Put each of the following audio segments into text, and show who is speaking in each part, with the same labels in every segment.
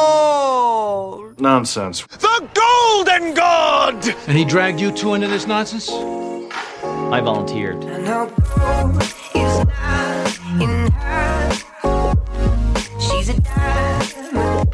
Speaker 1: gold.
Speaker 2: Nonsense.
Speaker 3: The Golden God!
Speaker 4: And he dragged you two into this nonsense?
Speaker 5: I volunteered.
Speaker 1: And her gold is not in her. She's a diamond.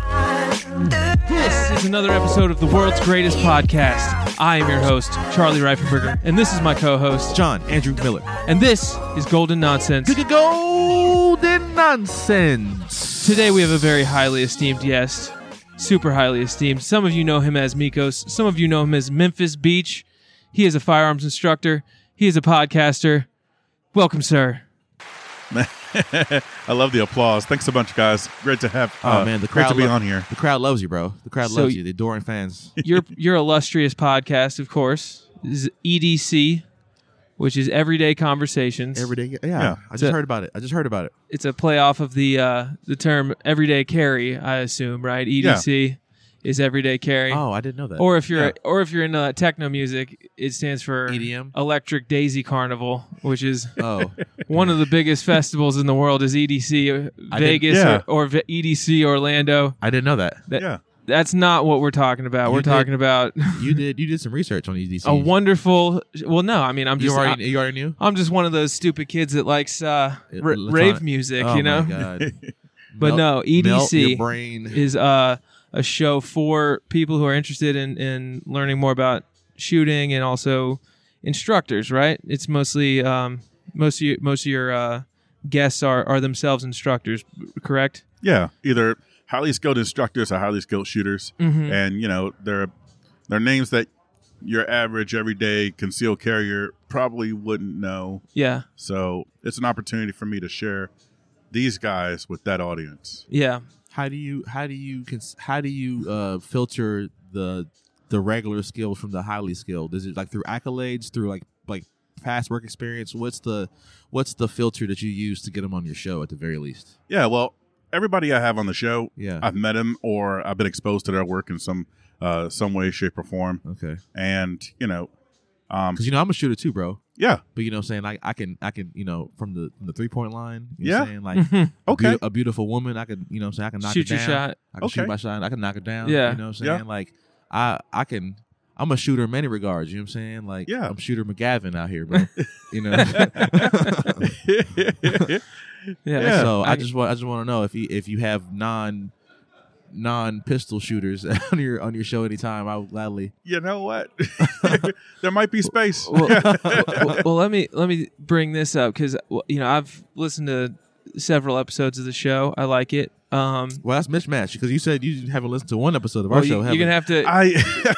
Speaker 6: This is another episode of the world's greatest podcast. I am your host, Charlie Reifenberger, and this is my co host,
Speaker 7: John Andrew Miller.
Speaker 6: and this is Golden Nonsense.
Speaker 7: Golden nonsense.
Speaker 6: Today we have a very highly esteemed guest, super highly esteemed. Some of you know him as Mikos, some of you know him as Memphis Beach. He is a firearms instructor, he is a podcaster. Welcome, sir.
Speaker 8: I love the applause. Thanks a bunch, guys. Great to have.
Speaker 7: Oh
Speaker 8: uh,
Speaker 7: man, the crowd
Speaker 8: great to be
Speaker 7: lo-
Speaker 8: on here.
Speaker 7: The crowd loves you, bro. The crowd
Speaker 6: So
Speaker 7: loves
Speaker 6: y-
Speaker 7: you. The adoring fans.
Speaker 6: Your your illustrious podcast, of course, is EDC, which is Everyday Conversations.
Speaker 7: Every day, yeah.
Speaker 8: Yeah.
Speaker 7: I
Speaker 6: So-
Speaker 7: just heard about it. I just heard about it.
Speaker 6: it's a playoff of the uh, the term everyday carry, I assume, right? EDC is everyday carry.
Speaker 7: Oh, I didn't know that.
Speaker 6: Or if you're
Speaker 8: yeah.
Speaker 6: or if you're into that techno music, it stands for
Speaker 7: EDM?
Speaker 6: Electric Daisy Carnival, which is
Speaker 7: oh,
Speaker 6: one of the biggest festivals in the world. Is E EDC
Speaker 7: I didn't-
Speaker 6: uh, Vegas
Speaker 8: Yeah.
Speaker 6: or, or V- EDC Orlando?
Speaker 7: I didn't know that.
Speaker 6: That,
Speaker 8: Yeah.
Speaker 6: That's not what we're talking about.
Speaker 7: You
Speaker 6: we're
Speaker 7: did-
Speaker 6: talking about
Speaker 7: You did. You did some research on EDC.
Speaker 6: a wonderful. Well, no, I mean I'm
Speaker 7: You
Speaker 6: just
Speaker 7: already. you already knew.
Speaker 6: I'm just one of those stupid kids that likes uh,
Speaker 7: It-
Speaker 6: r-
Speaker 7: electronic-
Speaker 6: rave music,
Speaker 7: Oh,
Speaker 6: you know.
Speaker 7: My God.
Speaker 6: But
Speaker 7: Melt-
Speaker 6: no, E EDC
Speaker 7: melt your brain.
Speaker 6: is uh, a show for people who are interested in, in learning more about shooting and also instructors, right? It's mostly um, most of you, most of your uh, guests are, are themselves instructors, correct?
Speaker 8: Yeah, either highly skilled instructors or highly skilled shooters,
Speaker 7: Mm-hmm.
Speaker 6: Mhm.
Speaker 8: and you know they're they're names that your average everyday concealed carrier probably wouldn't know.
Speaker 6: Yeah,
Speaker 8: So it's an opportunity for me to share these guys with that audience.
Speaker 6: yeah.
Speaker 7: how do you? How do you? Cons- how do you uh, filter the the regular skill from the highly skilled? Is it like through accolades? Through like like past work experience? What's the What's the filter that you use to get them on your show at the very least?
Speaker 8: Yeah, well, everybody I have on the show,
Speaker 7: Yeah.
Speaker 8: I've met them or I've been exposed to their work in some uh, some way, shape, or form,
Speaker 7: okay.
Speaker 8: and you know, um,
Speaker 7: Because you know I'm a shooter too, bro.
Speaker 8: yeah,
Speaker 7: But you know what I'm saying? Like I can I can, you know, from the from the three point line, you know what I'm saying?
Speaker 8: Yeah.
Speaker 7: Like a
Speaker 8: Okay.
Speaker 7: beau- a beautiful woman, I can you know what I'm saying, I can knock
Speaker 6: Shoot
Speaker 7: her
Speaker 6: your
Speaker 7: down.
Speaker 6: shot.
Speaker 7: I can shoot
Speaker 8: Okay.
Speaker 7: my shot, I can knock her down.
Speaker 6: Yeah.
Speaker 7: You know what I'm
Speaker 8: Yeah.
Speaker 7: saying? Like I I can I'm a shooter in many regards, you know what I'm saying? Like
Speaker 8: Yeah.
Speaker 7: I'm shooter McGavin out here, bro. you know.
Speaker 6: Yeah,
Speaker 8: Yeah.
Speaker 7: So I,
Speaker 6: I-
Speaker 7: just want I just want to know if you if you have non non pistol shooters on your on your show anytime, I would gladly
Speaker 8: you know what? there might be space.
Speaker 6: well, well, well, let me let me bring this up because you know I've listened to several episodes of the show. I like it. Um,
Speaker 7: Well, that's mismatch because you said you haven't listened to one episode of
Speaker 6: well,
Speaker 7: our show.
Speaker 6: you, you're gonna have to
Speaker 8: I,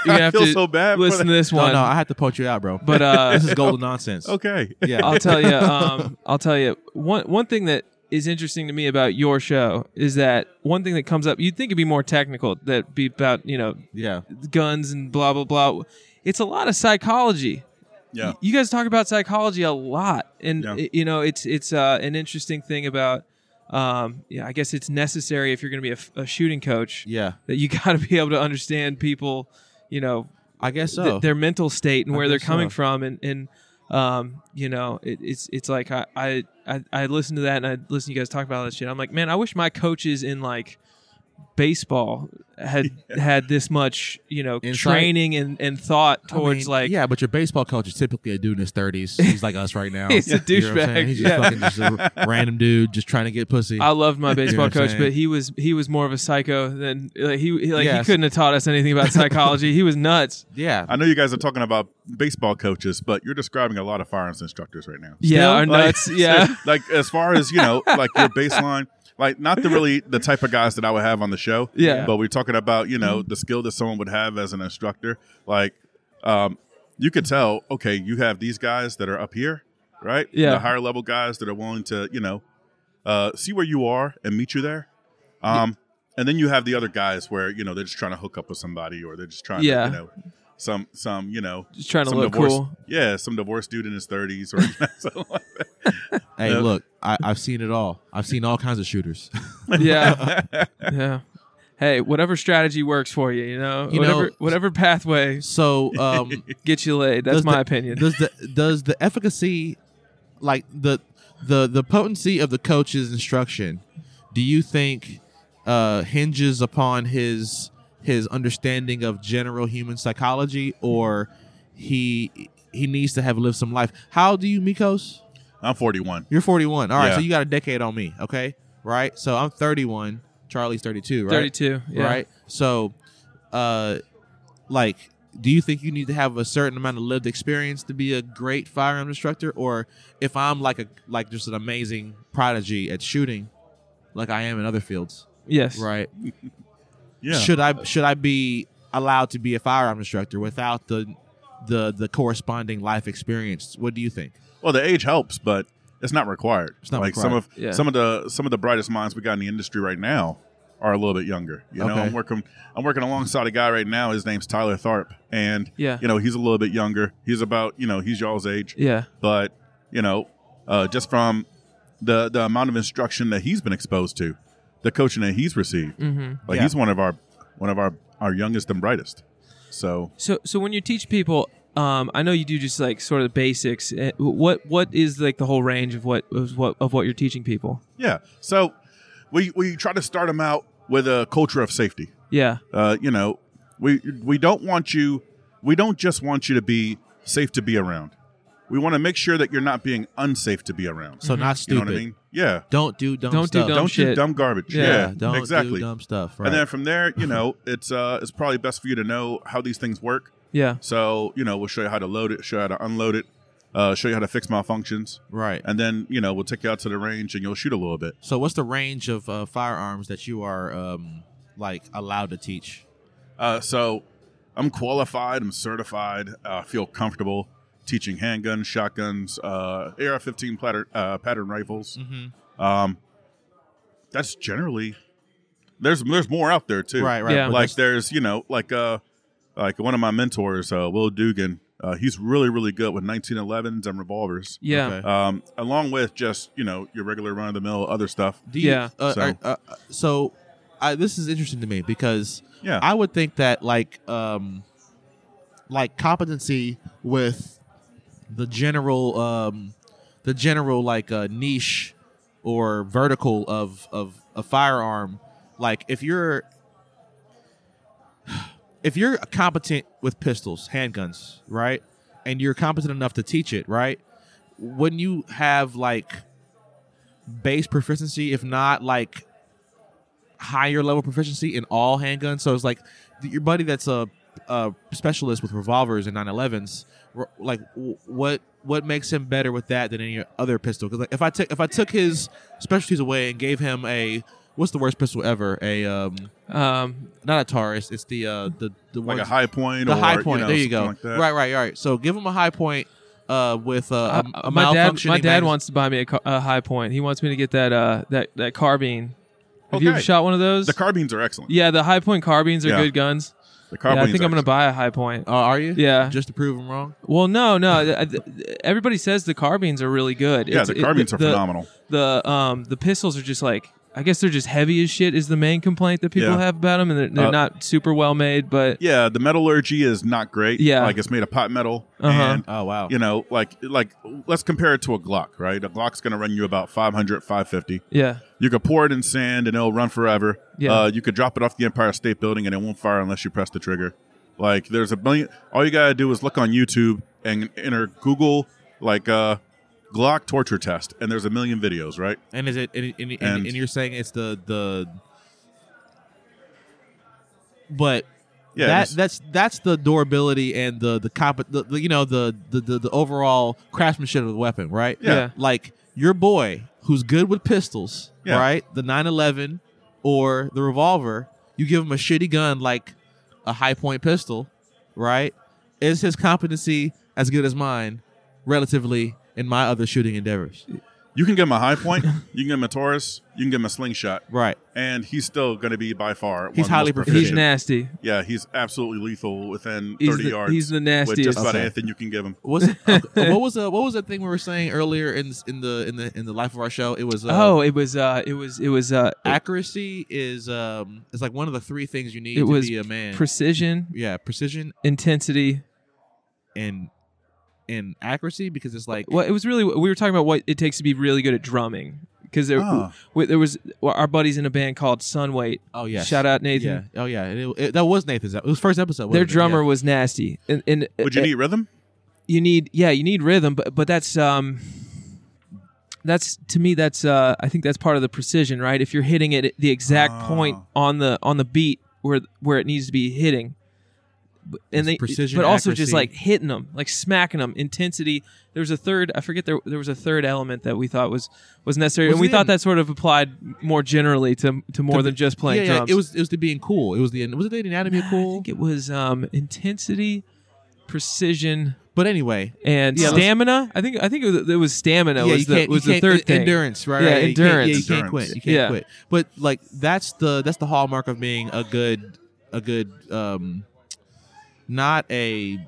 Speaker 6: gonna
Speaker 8: I
Speaker 6: have
Speaker 8: feel
Speaker 6: to
Speaker 8: so bad. for
Speaker 6: listen to
Speaker 8: that.
Speaker 6: this
Speaker 7: no,
Speaker 6: one.
Speaker 7: no, I had to punch you out, bro.
Speaker 6: But uh,
Speaker 7: this is golden nonsense.
Speaker 8: Okay.
Speaker 7: Yeah.
Speaker 6: I'll tell you. Um, I'll tell you one one thing that is interesting to me about your show is that one thing that comes up. You'd think it'd be more technical, that be about you know
Speaker 7: yeah.
Speaker 6: guns and blah blah blah. It's a lot of psychology.
Speaker 8: Yeah.
Speaker 6: You guys talk about psychology a lot, and
Speaker 8: Yeah.
Speaker 6: it- you know it's it's uh, an interesting thing about. Um, yeah, I guess it's necessary if you're going to be a f- a, shooting coach
Speaker 7: Yeah.
Speaker 6: that you got to be able to understand people. You know,
Speaker 7: I guess so.
Speaker 6: th- their mental state and
Speaker 7: I
Speaker 6: where they're
Speaker 7: guess
Speaker 6: coming
Speaker 7: so.
Speaker 6: from and and um you know it, it's it's like I, I I I listen to that and I listen to you guys talk about all that shit. I'm like, man, I wish my coaches in like baseball had had this much you know
Speaker 7: Insight.
Speaker 6: training and and thought
Speaker 7: I mean,
Speaker 6: towards like
Speaker 7: yeah, but your baseball coach is typically a dude in his thirties. He's like us right now.
Speaker 6: He's a
Speaker 7: You know what I'm
Speaker 6: douchebag.
Speaker 7: saying? He's just
Speaker 6: Yeah.
Speaker 7: fucking just a r- random dude just trying to get pussy.
Speaker 6: I loved my baseball
Speaker 7: what I'm
Speaker 6: coach,
Speaker 7: saying?
Speaker 6: but he was he was more of a psycho than like he he- like he
Speaker 7: Yes.
Speaker 6: couldn't have taught us anything about psychology. he was nuts.
Speaker 7: yeah.
Speaker 8: I know you guys are talking about baseball coaches, but you're describing a lot of firearms instructors right now.
Speaker 6: Yeah, or
Speaker 8: Like-
Speaker 6: nuts. yeah,
Speaker 8: like as far as you know, like your baseline, like not the really the type of guys that I would have on the show.
Speaker 6: Yeah.
Speaker 8: But we're talking about you know the skill that someone would have as an instructor. Like, um, you could tell. Okay, you have these guys that are up here, right?
Speaker 6: Yeah.
Speaker 8: The higher level guys that are willing to you know uh, see where you are and meet you there. Um, and then you have the other guys where you know they're just trying to hook up with somebody or they're just trying
Speaker 6: Yeah.
Speaker 8: to you know some some you know.
Speaker 6: just trying to
Speaker 8: Some
Speaker 6: look
Speaker 8: divorced,
Speaker 6: cool.
Speaker 8: yeah, some divorced dude in his thirties or something like that.
Speaker 7: hey,
Speaker 8: Yeah.
Speaker 7: look, I, I've seen it all. I've seen all kinds of shooters.
Speaker 6: yeah yeah hey whatever strategy works for you you know
Speaker 7: You know-
Speaker 6: whatever whatever pathway
Speaker 7: So um,
Speaker 6: gets you laid that's
Speaker 7: Does
Speaker 6: my
Speaker 7: the-
Speaker 6: opinion
Speaker 7: does the does the efficacy like the the the potency of the coach's instruction do you think uh, hinges upon his his understanding of general human psychology, or he he needs to have lived some life. How do you, Mikos?
Speaker 8: I'm 41.
Speaker 7: You're 41. All right,
Speaker 8: Yeah.
Speaker 7: so you got a decade on me. Okay, right. So I'm 31. Charlie's 32. Right.
Speaker 6: 32. Yeah.
Speaker 7: Right. So, uh, like, do you think you need to have a certain amount of lived experience to be a great firearm instructor, or if I'm like a like just an amazing prodigy at shooting, like I am in other fields,
Speaker 6: Yes.
Speaker 7: right?
Speaker 8: Yeah.
Speaker 7: Should I should I be allowed to be a firearm instructor without the the the corresponding life experience? What do you think?
Speaker 8: Well, the age helps, but it's not required.
Speaker 7: It's not
Speaker 8: like some
Speaker 7: required.
Speaker 8: of
Speaker 6: Yeah.
Speaker 8: some of the some of the brightest minds we got in the industry right now are a little bit younger. You know,
Speaker 7: Okay.
Speaker 8: I'm working I'm working alongside a guy right now. His name's Tyler Tharp, and
Speaker 6: Yeah.
Speaker 8: you know he's a little bit younger. He's about you know he's y'all's age,
Speaker 6: Yeah.
Speaker 8: but you know uh, just from the the amount of instruction that he's been exposed to, the coaching that he's received,
Speaker 6: Mm-hmm.
Speaker 8: like
Speaker 7: Yeah.
Speaker 8: he's one of our one of our our youngest and brightest. So
Speaker 6: So so when you teach people, um, I know you do just like sort of the basics. eh, What what is like the whole range of what of what of what you're teaching people?
Speaker 8: yeah, so we we try to start him out with a culture of safety.
Speaker 6: Yeah.
Speaker 8: uh, you know, we we don't want you. We don't just want you to be safe to be around. We want to make sure that you're not being unsafe to be around.
Speaker 7: So not
Speaker 8: Mm-hmm. you
Speaker 7: stupid.
Speaker 8: know what I mean? Yeah.
Speaker 7: Don't do dumb
Speaker 6: Don't do
Speaker 7: stuff.
Speaker 6: dumb
Speaker 8: don't do
Speaker 6: shit.
Speaker 8: dumb garbage.
Speaker 6: Yeah,
Speaker 8: Yeah.
Speaker 7: yeah, don't do
Speaker 8: exactly.
Speaker 7: dumb stuff. Right.
Speaker 8: And then from there, you know, it's uh, it's probably best for you to know how these things work.
Speaker 6: Yeah.
Speaker 8: So you know, we'll show you how to load it, show you how to unload it, uh, show you how to fix malfunctions,
Speaker 7: right.
Speaker 8: and then you know, we'll take you out to the range and you'll shoot a little bit.
Speaker 7: So, what's the range of uh, firearms that you are um, like allowed to teach?
Speaker 8: Uh, so I'm qualified, I'm certified, uh, feel comfortable teaching handguns, shotguns, uh, AR 15 platter, uh, pattern rifles.
Speaker 7: Mm-hmm.
Speaker 8: Um, that's generally, there's there's more out there too.
Speaker 7: Right, right.
Speaker 6: Yeah.
Speaker 7: but
Speaker 8: Like
Speaker 7: that's-
Speaker 8: there's, you know, like uh, like one of my mentors, uh, Will Dugan, uh, he's really, really good with 1911s and revolvers.
Speaker 6: Yeah.
Speaker 7: okay.
Speaker 8: Um, along with just, you know, your regular run of the mill other stuff.
Speaker 7: Do you-
Speaker 6: Yeah.
Speaker 7: uh,
Speaker 8: So-
Speaker 7: are- uh, uh, so I, this is interesting to me because
Speaker 8: Yeah.
Speaker 7: I would think that like um, like competency with the general um, the general like uh, niche or vertical of of a firearm. Like if you're if you're competent with pistols, handguns, right, and you're competent enough to teach it, right, wouldn't you have like base proficiency, if not like higher level proficiency in all handguns. So it's like th- your buddy that's a, a specialist with revolvers and 911s. r- Like w- what what makes him better with that than any other pistol? Because like if I took if I took his specialties away and gave him a what's the worst pistol ever? A um
Speaker 6: Um,
Speaker 7: not a Taurus. It's the uh the the
Speaker 8: Like
Speaker 7: one
Speaker 8: a high point
Speaker 7: the
Speaker 8: or
Speaker 7: high point.
Speaker 8: You know,
Speaker 7: there you go.
Speaker 8: something Like that.
Speaker 7: Right, right, right. So give him a high point uh with uh, a,
Speaker 6: uh,
Speaker 7: a
Speaker 6: my dad,
Speaker 7: malfunctioning.
Speaker 6: my dad
Speaker 7: magazine.
Speaker 6: wants to buy me a, ca- a high point. He wants me to get that uh that that carbine. Have you ever
Speaker 8: Okay.
Speaker 6: shot one of those?
Speaker 8: The carbines are excellent.
Speaker 6: yeah, the high point carbines are
Speaker 8: Yeah.
Speaker 6: good guns.
Speaker 8: The
Speaker 6: Yeah,
Speaker 8: carbines
Speaker 6: I think
Speaker 8: are
Speaker 6: I'm gonna
Speaker 8: excellent.
Speaker 6: buy a high point.
Speaker 7: Oh, are you?
Speaker 6: Yeah.
Speaker 7: Just to prove him wrong.
Speaker 6: Well, no, no. th- th- Everybody says the carbines are really good.
Speaker 8: Yeah,
Speaker 6: It's-
Speaker 8: the
Speaker 6: it-
Speaker 8: carbines are
Speaker 6: the-
Speaker 8: phenomenal.
Speaker 6: The um the pistols are just like I guess they're just heavy as shit is the main complaint that people
Speaker 8: Yeah.
Speaker 6: have about them, and they're, they're
Speaker 8: Uh,
Speaker 6: not super well made. But
Speaker 8: yeah, the metallurgy is not great.
Speaker 6: Yeah.
Speaker 8: like it's made of pot metal,
Speaker 6: Uh-huh.
Speaker 8: and
Speaker 7: Oh wow.
Speaker 8: you know, like like let's compare it to a Glock, right? A Glock's going to run you about 500, 550.
Speaker 6: yeah,
Speaker 8: You could pour it in sand and it'll run forever.
Speaker 6: Yeah.
Speaker 8: Uh, you could drop it off the Empire State Building and it won't fire unless you press the trigger. Like there's a million. All you gotta do is look on YouTube and enter Google like uh, Glock torture test, and there's a million videos, right?
Speaker 7: And is it? And, and, and,
Speaker 8: And-
Speaker 7: and you're saying it's the the. But
Speaker 8: Yeah,
Speaker 7: that
Speaker 8: it's-
Speaker 7: that's that's the durability and the the, comp- the, the you know the, the the the overall craftsmanship of the weapon, right?
Speaker 8: Yeah.
Speaker 6: Yeah.
Speaker 7: Like your boy who's good with pistols,
Speaker 8: Yeah.
Speaker 7: right? The 911 or the revolver. You give him a shitty gun like a high point pistol, right? Is his competency as good as mine, relatively, in my other shooting endeavors?
Speaker 8: You can give him a high point. you can give him a Taurus. You can give him a slingshot.
Speaker 7: Right.
Speaker 8: and he's still going to be by far. one
Speaker 7: He's
Speaker 8: of the
Speaker 7: highly
Speaker 8: most
Speaker 7: proficient.
Speaker 6: he's nasty.
Speaker 8: Yeah, he's absolutely lethal within
Speaker 6: He's
Speaker 8: thirty
Speaker 6: the-
Speaker 8: yards.
Speaker 6: he's the
Speaker 8: With
Speaker 6: nastiest.
Speaker 8: just uh, about
Speaker 7: Okay.
Speaker 8: anything you can give him.
Speaker 7: What's okay, what was the what was that thing we were saying earlier in in the in the in the life of our show? It was uh,
Speaker 6: oh, it was uh, it was it was uh,
Speaker 7: accuracy is um is like one of the three things you need
Speaker 6: It
Speaker 7: to
Speaker 6: was
Speaker 7: be a man.
Speaker 6: precision,
Speaker 7: yeah, precision
Speaker 6: intensity.
Speaker 7: and and accuracy because it's like
Speaker 6: Well, it was really we were talking about what it takes to be really good at drumming because there,
Speaker 8: Oh.
Speaker 6: w- there was our buddies in a band called Sunweight.
Speaker 7: Oh yes.
Speaker 6: Shout out Nathan.
Speaker 7: Yeah. Oh yeah. And it, it- that was Nathan's. It was first episode.
Speaker 6: Their
Speaker 7: wasn't it?
Speaker 6: drummer
Speaker 7: Yeah.
Speaker 6: was nasty, and, and uh,
Speaker 8: Would you need rhythm?
Speaker 6: you need yeah you need rhythm but but that's um that's to me that's uh i think that's part of the precision right if you're hitting it at the exact point
Speaker 8: Ah.
Speaker 6: on the on the beat where where it needs to be hitting But-
Speaker 7: It's
Speaker 6: and they
Speaker 7: precision,
Speaker 6: but also just
Speaker 7: accuracy.
Speaker 6: like hitting them like smacking them intensity there was a third i forget there there was a third element that we thought was was necessary
Speaker 7: Was
Speaker 6: and we
Speaker 7: it
Speaker 6: thought
Speaker 7: in-
Speaker 6: that sort of applied more generally to to more
Speaker 7: To-
Speaker 6: than just playing
Speaker 7: yeah,
Speaker 6: drums
Speaker 7: Yeah, it was it was the being cool. It was the was it the anatomy of
Speaker 6: i
Speaker 7: cool?
Speaker 6: think it was um intensity precision
Speaker 7: But anyway,
Speaker 6: and
Speaker 7: Yeah, let's-
Speaker 6: stamina. I think I think it was, it was stamina
Speaker 7: yeah,
Speaker 6: was
Speaker 7: you
Speaker 6: the
Speaker 7: can't,
Speaker 6: was
Speaker 7: you
Speaker 6: the
Speaker 7: can't-
Speaker 6: third
Speaker 7: en-
Speaker 6: thing.
Speaker 7: Endurance, right?
Speaker 6: Yeah,
Speaker 7: right, you can't-
Speaker 6: endurance.
Speaker 7: yeah, you can't quit. You can't
Speaker 6: Yeah.
Speaker 7: quit. But like that's the that's the hallmark of being a good a good um not a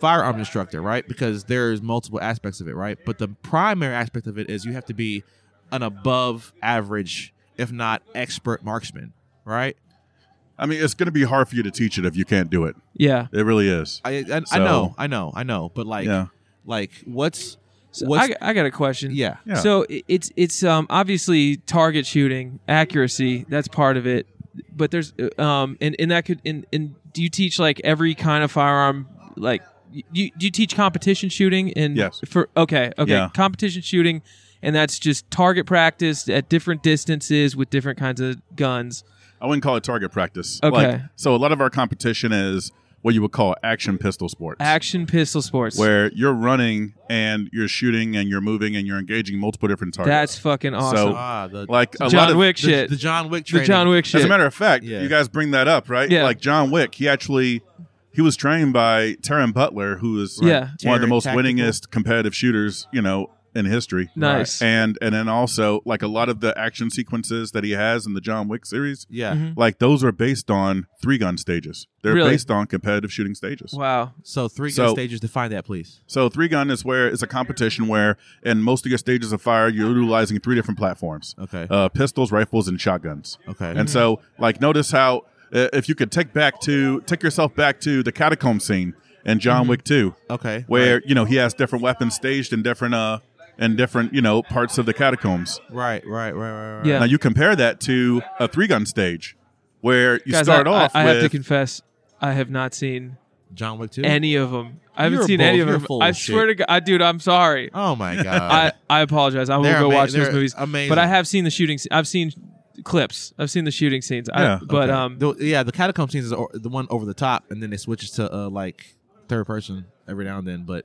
Speaker 7: firearm instructor, right? Because there's multiple aspects of it, right? But the primary aspect of it is you have to be an above average, if not expert marksman, right?
Speaker 8: I mean, it's going to be hard for you to teach it if you can't do it.
Speaker 6: Yeah.
Speaker 8: It really is.
Speaker 7: I I, I
Speaker 8: So-
Speaker 7: know, I know, I know. But like
Speaker 8: yeah.
Speaker 7: like what's
Speaker 6: So
Speaker 7: what's
Speaker 6: I, I got a question.
Speaker 7: yeah.
Speaker 8: Yeah.
Speaker 6: So i- it's it's um obviously target shooting accuracy that's part of it, but there's uh, um and, and that could and, and do you teach like every kind of firearm like y- you do you teach competition shooting and
Speaker 8: Yes.
Speaker 6: for okay okay
Speaker 8: Yeah.
Speaker 6: competition shooting and that's just target practice at different distances with different kinds of guns.
Speaker 8: I wouldn't call it target practice.
Speaker 6: Okay.
Speaker 8: Like, so a lot of our competition is what you would call action pistol sports.
Speaker 6: Action pistol sports.
Speaker 8: Where you're running and you're shooting and you're moving and you're engaging multiple different targets.
Speaker 6: that's fucking awesome.
Speaker 8: So-
Speaker 7: Ah, the,
Speaker 8: like a lot
Speaker 6: John
Speaker 8: of
Speaker 6: Wick
Speaker 7: the,
Speaker 6: shit.
Speaker 7: the John Wick
Speaker 6: the
Speaker 7: training.
Speaker 6: John Wick shit.
Speaker 8: As a matter of fact,
Speaker 7: Yeah.
Speaker 8: you guys bring that up, right?
Speaker 6: Yeah.
Speaker 8: Like John Wick, he actually he was trained by Taron Butler, who is like,
Speaker 6: Yeah.
Speaker 8: one of the
Speaker 7: Taron
Speaker 8: most
Speaker 7: Tactical.
Speaker 8: winningest competitive shooters, you know, in history.
Speaker 6: nice.
Speaker 8: And and then also like a lot of the action sequences that he has in the John Wick series,
Speaker 7: Yeah.
Speaker 6: Mhm.
Speaker 8: like those are based on three gun stages. They're
Speaker 6: Really?
Speaker 8: based on competitive shooting stages.
Speaker 6: Wow.
Speaker 7: So three
Speaker 8: So-
Speaker 7: good stages. Define that, please.
Speaker 8: So three gun is where it's a competition where in most of your stages of fire you're utilizing three different platforms.
Speaker 7: Okay.
Speaker 8: Uh, pistols, rifles, and shotguns.
Speaker 7: okay.
Speaker 8: Uh,
Speaker 6: Mm-hmm.
Speaker 8: And so, like, notice how uh, if you could take back to take yourself back to the catacomb scene in John
Speaker 6: Mm-hmm.
Speaker 8: Wick Two,
Speaker 7: okay.
Speaker 8: where you know he has different weapons staged in different uh in different you know parts of the catacombs.
Speaker 7: Right. Right. Right. Right. right
Speaker 6: Yeah.
Speaker 8: Now you compare that to a three gun stage, where you
Speaker 6: Guys,
Speaker 8: start
Speaker 6: I,
Speaker 8: off
Speaker 6: I, I
Speaker 8: with
Speaker 6: have to confess, I have not seen
Speaker 7: John Wick two.
Speaker 6: any of them. I haven't
Speaker 7: You're
Speaker 6: seen
Speaker 7: bull-
Speaker 6: any of
Speaker 7: you're
Speaker 6: them.
Speaker 7: full
Speaker 6: I
Speaker 7: of
Speaker 6: swear
Speaker 7: shit.
Speaker 6: to God, I, dude, I'm sorry.
Speaker 7: oh my god.
Speaker 6: I, I apologize. I'm gonna
Speaker 7: They're
Speaker 6: go
Speaker 7: ama-
Speaker 6: watch those
Speaker 7: they're
Speaker 6: movies.
Speaker 7: amazing.
Speaker 6: But I have seen the shooting. se- I've seen clips. I've seen the shooting scenes. I,
Speaker 8: Yeah,
Speaker 6: But
Speaker 7: Okay.
Speaker 6: um,
Speaker 7: The- yeah, the catacomb scenes is o- the one over the top, and then it switches to uh, like third person every now and then. But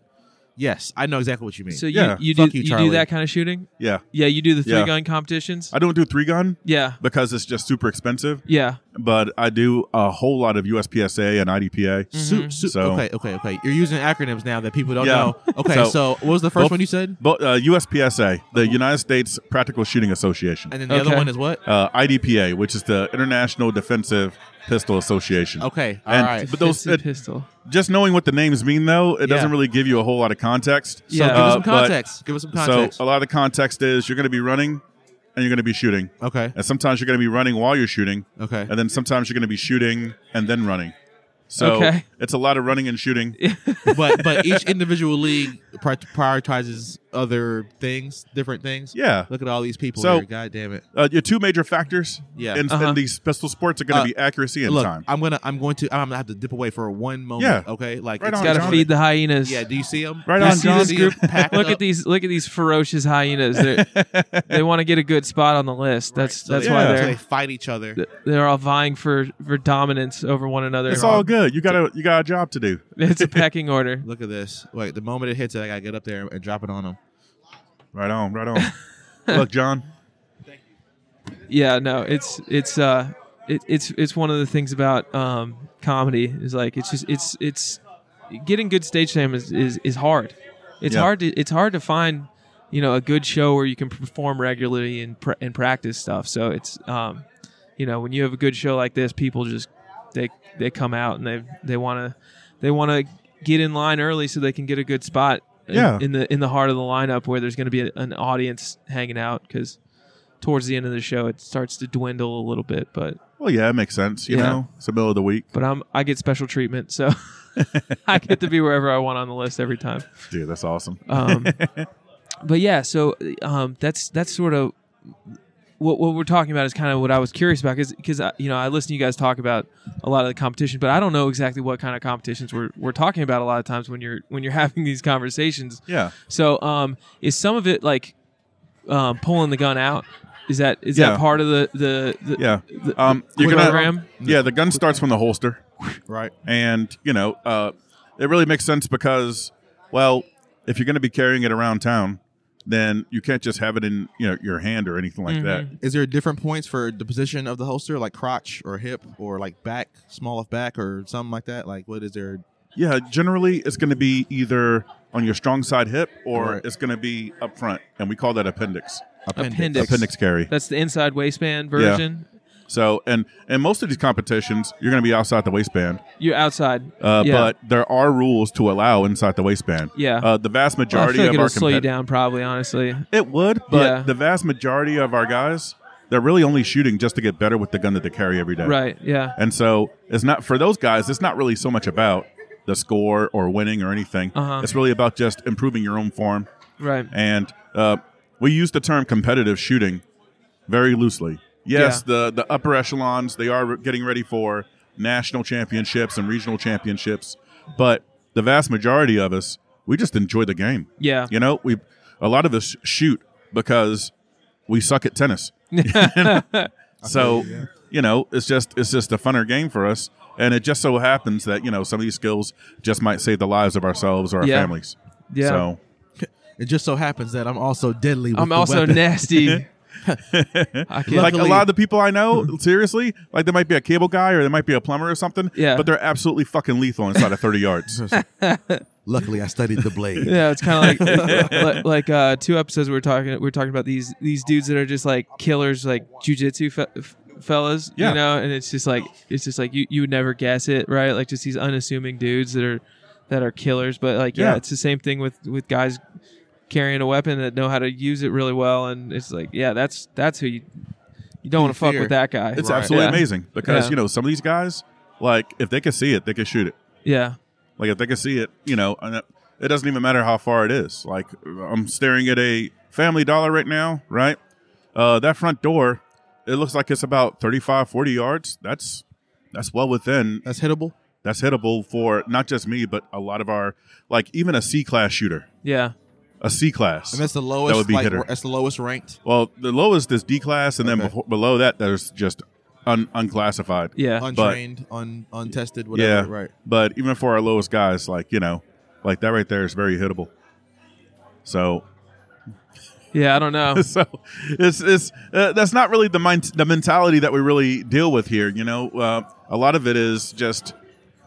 Speaker 7: yes, I know exactly what you mean.
Speaker 6: so you
Speaker 8: Yeah.
Speaker 6: you do
Speaker 7: Fuck you,
Speaker 6: you, do
Speaker 7: Charlie.
Speaker 6: that kind of shooting?
Speaker 8: yeah.
Speaker 6: Yeah, you do the three
Speaker 8: Yeah.
Speaker 6: gun competitions.
Speaker 8: I don't do three gun
Speaker 6: yeah,
Speaker 8: because it's just super expensive,
Speaker 6: yeah.
Speaker 8: but I do a whole lot of USPSA and IDPA.
Speaker 6: Mm-hmm.
Speaker 7: Su- su-
Speaker 8: So-
Speaker 7: okay, okay, okay. You're using acronyms now that people don't
Speaker 8: Yeah.
Speaker 7: know. Okay,
Speaker 8: So-
Speaker 7: so, what was the first
Speaker 8: Both-
Speaker 7: one you said?
Speaker 8: But uh, USPSA, the United States Practical Shooting Association.
Speaker 7: And then the
Speaker 6: Okay.
Speaker 7: other one is what?
Speaker 8: uh, IDPA, which is the International Defensive Pistol Association.
Speaker 7: Okay, all
Speaker 8: And-
Speaker 7: right.
Speaker 8: But those-
Speaker 6: Defensive
Speaker 8: it-
Speaker 6: pistol.
Speaker 8: Just knowing what the names mean, though, it
Speaker 7: Yeah.
Speaker 8: doesn't really give you a whole lot of context.
Speaker 6: Yeah.
Speaker 7: Give us
Speaker 8: Uh,
Speaker 7: some
Speaker 8: but-
Speaker 7: context. Give us some context.
Speaker 8: So a lot of the context is you're going to be running, and you're going to be shooting,
Speaker 7: okay,
Speaker 8: and sometimes you're going to be running while you're shooting,
Speaker 7: okay.
Speaker 8: and then sometimes you're going to be shooting and then running. So
Speaker 6: Okay.
Speaker 8: it's a lot of running and shooting.
Speaker 7: but but each individual league pri- prioritizes other things, different things.
Speaker 8: Yeah.
Speaker 7: Look at all these people
Speaker 8: So-
Speaker 7: here. God damn it.
Speaker 8: Uh, your two major factors
Speaker 7: Yeah.
Speaker 8: in,
Speaker 6: Uh-huh.
Speaker 8: in these pistol sports are going to
Speaker 7: Uh,
Speaker 8: be accuracy and
Speaker 7: Look,
Speaker 8: time.
Speaker 7: I'm gonna I'm going to I'm gonna have to dip away for one moment.
Speaker 8: Yeah.
Speaker 7: Okay. Like
Speaker 8: Right
Speaker 7: it's-
Speaker 8: on,
Speaker 6: Gotta
Speaker 8: John.
Speaker 6: feed the hyenas.
Speaker 7: Yeah. Do you see them?
Speaker 8: Right
Speaker 7: do you
Speaker 8: on,
Speaker 7: see
Speaker 8: John.
Speaker 7: this group? packed
Speaker 6: look
Speaker 7: up?
Speaker 6: at these look at these ferocious hyenas they're, they want to get a good spot on the list that's
Speaker 7: So
Speaker 6: that's
Speaker 7: they-
Speaker 6: why
Speaker 8: yeah.
Speaker 7: so they
Speaker 6: they're
Speaker 7: fight each other.
Speaker 6: they're all vying for for dominance over one another
Speaker 8: it's all good. You got a you got a job to do.
Speaker 6: it's a pecking order
Speaker 7: Look at this. Wait. The moment it hits it, I gotta get up there and drop it on them.
Speaker 8: Right on, right on. Look, John.
Speaker 6: yeah no it's it's uh it, it's it's one of the things about um comedy is like it's just it's it's getting good stage time is is, is hard it's
Speaker 8: Yeah.
Speaker 6: hard to it's hard to find you know a good show where you can perform regularly and pr- and practice stuff so it's um you know when you have a good show like this people just they they come out and they they want to they want to get in line early so they can get a good spot in-
Speaker 8: Yeah.
Speaker 6: in, the in the heart of the lineup where there's going to be a, an audience hanging out cuz towards the end of the show it starts to dwindle a little bit but
Speaker 8: Well, yeah, it makes sense. You
Speaker 6: Yeah.
Speaker 8: know, it's the middle of the week.
Speaker 6: but I'm I get special treatment so I get to be wherever I want on the list every time
Speaker 8: Dude, that's awesome.
Speaker 6: um, but yeah so um, that's that's sort of what what we're talking about is kind of what I was curious about because you know I listen to you guys talk about a lot of the competition, but I don't know exactly what kind of competitions we're we're talking about a lot of times when you're when you're having these conversations.
Speaker 8: Yeah.
Speaker 6: So um, is some of it like um, pulling the gun out? Is that is
Speaker 8: Yeah.
Speaker 6: that part of the the, the
Speaker 8: Yeah.
Speaker 6: the-
Speaker 8: Um, you're
Speaker 6: the
Speaker 8: gonna-
Speaker 6: program?
Speaker 8: Yeah, the gun starts from the holster.
Speaker 7: Right.
Speaker 8: And, you know, uh, it really makes sense because, well, if you're going to be carrying it around town, then you can't just have it in, you know, your hand or anything like that.
Speaker 7: Is there different points for the position of the holster, like crotch or hip or like back, small off back or something like that? Like, what is there?
Speaker 8: Yeah, generally it's going to be either on your strong side hip or
Speaker 7: Right.
Speaker 8: it's going to be up front, and we call that appendix.
Speaker 6: Appendix.
Speaker 8: Appendix carry.
Speaker 6: That's the inside waistband version.
Speaker 8: So, and and most of these competitions, you're going to be outside the waistband,
Speaker 6: You're outside.
Speaker 8: uh,
Speaker 6: Yeah.
Speaker 8: but there are rules to allow inside the waistband.
Speaker 6: Yeah.
Speaker 8: uh, the vast
Speaker 6: Well, I
Speaker 8: majority
Speaker 6: feel like
Speaker 8: of our
Speaker 6: it'll slow you
Speaker 8: compet-
Speaker 6: down, probably. Honestly,
Speaker 8: It would, but
Speaker 6: Yeah.
Speaker 8: the vast majority of our guys, they're really only shooting just to get better with the gun that they carry every day.
Speaker 6: right? Yeah.
Speaker 8: And so it's not for those guys. It's not really so much about the score or winning or anything.
Speaker 6: Uh-huh.
Speaker 8: It's really about just improving your own form.
Speaker 6: Right.
Speaker 8: And uh, we use the term competitive shooting very loosely. Yes, the the upper echelons they are getting ready for national championships and regional championships, but the vast majority of us we just enjoy the game.
Speaker 6: Yeah.
Speaker 8: You know, we a lot of us shoot because we suck at tennis. so you know, it's just it's just a funner game for us, and it just so happens that you know some of these skills just might save the lives of ourselves or our
Speaker 6: Yeah.
Speaker 8: families.
Speaker 6: Yeah.
Speaker 8: So
Speaker 7: It just so happens that I'm also deadly. With
Speaker 6: I'm
Speaker 7: the
Speaker 6: also
Speaker 7: weapon.
Speaker 6: nasty. I can
Speaker 8: like a lot of the people I
Speaker 6: Mm-hmm.
Speaker 8: know, seriously, like there might be a cable guy or there might be a plumber or something.
Speaker 6: Yeah.
Speaker 8: But they're absolutely fucking lethal inside of 30 yards.
Speaker 7: Luckily, I studied the blade.
Speaker 6: Yeah, it's kind of like like, like uh, two episodes we were talking we were talking about these these dudes that are just like killers, like jujitsu fe- f- fellas,
Speaker 8: Yeah.
Speaker 6: you know. And it's just like it's just like you you would never guess it, right? Like just these unassuming dudes that are that are killers. But like yeah,
Speaker 8: Yeah.
Speaker 6: it's the same thing with with guys carrying a weapon that know how to use it really well. And it's like yeah, that's that's who you you don't want to fuck
Speaker 7: Fear.
Speaker 6: with that guy.
Speaker 8: It's
Speaker 7: Right.
Speaker 8: absolutely
Speaker 6: Yeah.
Speaker 8: amazing because,
Speaker 6: Yeah.
Speaker 8: you know, some of these guys, like, if they can see it, they can shoot it.
Speaker 6: Yeah,
Speaker 8: Like, if they can see it, you know, and it- it doesn't even matter how far it is. Like, I'm staring at a family dollar right now, right? Uh, that front door, it looks like it's about 35, 40 yards. That's. That's well within
Speaker 7: That's hittable.
Speaker 8: that's hittable for not just me, but a lot of our like even a C class shooter,
Speaker 6: yeah,
Speaker 8: a C class.
Speaker 7: And that's the lowest.
Speaker 8: That would be
Speaker 7: like,
Speaker 8: hitter.
Speaker 7: ra- That's the lowest ranked.
Speaker 8: well, the lowest is D class, and then
Speaker 7: Okay.
Speaker 8: befo- below that, there's just un- unclassified.
Speaker 6: yeah.
Speaker 7: Untrained, un, untested, whatever.
Speaker 8: Yeah.
Speaker 7: Right.
Speaker 8: But even for our lowest guys, like you know, like that right there is very hittable. So,
Speaker 6: Yeah, I don't know.
Speaker 8: so it's it's uh, that's not really the mind the mentality that we really deal with here. You know, uh, a lot of it is just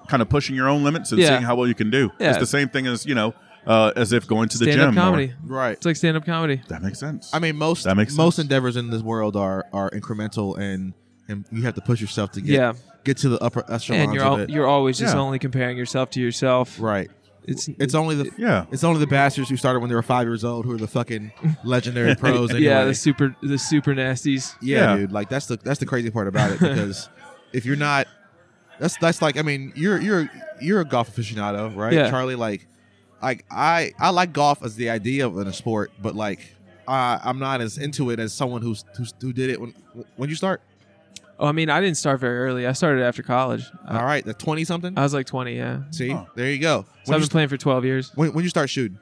Speaker 8: kind of pushing your own limits and
Speaker 6: Yeah.
Speaker 8: seeing how well you can do.
Speaker 6: Yeah.
Speaker 8: It's the same thing as you know, uh, as if going to the
Speaker 6: Stand up
Speaker 8: gym. or-
Speaker 6: comedy.
Speaker 7: Right.
Speaker 6: It's like stand up comedy.
Speaker 8: that makes sense.
Speaker 7: I mean, most
Speaker 8: That makes
Speaker 7: most
Speaker 8: sense.
Speaker 7: endeavors in this world are are incremental, and and you have to push yourself to get
Speaker 6: Yeah.
Speaker 7: get to the upper echelons
Speaker 6: and you're
Speaker 7: of
Speaker 6: al-
Speaker 7: it.
Speaker 6: you're always just
Speaker 8: Yeah.
Speaker 6: only comparing yourself to yourself.
Speaker 7: right.
Speaker 6: It's
Speaker 7: It's only the
Speaker 8: Yeah.
Speaker 7: It's only the bastards who started when they were five years old who are the fucking legendary pros. Anyway.
Speaker 6: yeah, the super the super nasties.
Speaker 7: yeah,
Speaker 8: Yeah.
Speaker 7: dude. Like that's the that's the crazy part about it because if you're not, that's that's like I mean you're you're you're a golf aficionado, right,
Speaker 6: Yeah.
Speaker 7: Charlie? Like, like I I like golf as the idea of in a sport, but like I I'm not as into it as someone who's, who's who did it when when you start.
Speaker 6: Oh, I mean, I didn't start very early. I started after college. I,
Speaker 7: All right, the twenty something.
Speaker 6: I was like 20. Yeah,
Speaker 7: See,
Speaker 8: Huh.
Speaker 7: there you go.
Speaker 6: Uh, so
Speaker 7: When
Speaker 6: I've
Speaker 7: you,
Speaker 6: been playing for 12 years.
Speaker 7: when, when you start shooting,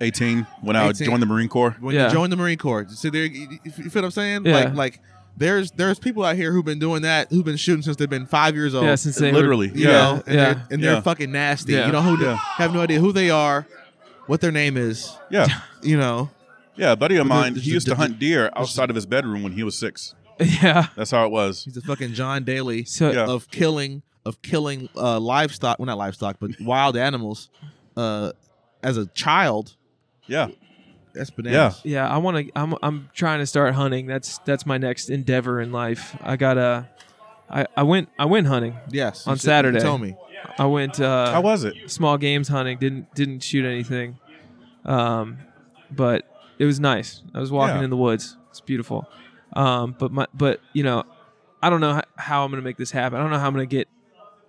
Speaker 8: 18 when I
Speaker 7: 18.
Speaker 8: joined the Marine Corps.
Speaker 7: when
Speaker 6: Yeah.
Speaker 7: you join the Marine Corps. So there, you, you feel what I'm saying?
Speaker 6: Yeah.
Speaker 7: Like, like there's there's people out here who've been doing that, who've been shooting since they've been five years old.
Speaker 6: Yeah, since they were-
Speaker 8: Literally.
Speaker 7: you
Speaker 8: yeah.
Speaker 7: know, and,
Speaker 6: yeah.
Speaker 7: they're, and
Speaker 8: Yeah.
Speaker 7: they're fucking nasty.
Speaker 6: Yeah.
Speaker 7: You know who
Speaker 8: Yeah.
Speaker 7: have no idea who they are, what their name is.
Speaker 8: Yeah.
Speaker 7: You know,
Speaker 8: Yeah. A buddy of
Speaker 7: But
Speaker 8: mine,
Speaker 7: there's-
Speaker 8: he used to
Speaker 7: there's-
Speaker 8: hunt deer outside of his bedroom when he was six.
Speaker 6: yeah,
Speaker 8: That's how it was.
Speaker 7: he's a fucking John Daly
Speaker 6: So-
Speaker 8: Yeah.
Speaker 7: of killing of killing uh, livestock. Well, not livestock, but wild animals. Uh, as a child,
Speaker 8: Yeah.
Speaker 7: that's bananas.
Speaker 6: yeah. I want to. I'm I'm trying to start hunting. That's that's my next endeavor in life. I gotta. I, I went I went hunting.
Speaker 7: Yes.
Speaker 6: On
Speaker 7: you should-
Speaker 6: Saturday.
Speaker 7: you told me.
Speaker 6: I went. Uh,
Speaker 8: How was it?
Speaker 6: small games hunting. Didn't didn't shoot anything. Um, but it was nice. I was walking
Speaker 8: Yeah.
Speaker 6: in the woods. It's beautiful. Um, but my but you know, I don't know how, how I'm gonna make this happen. I don't know how I'm gonna get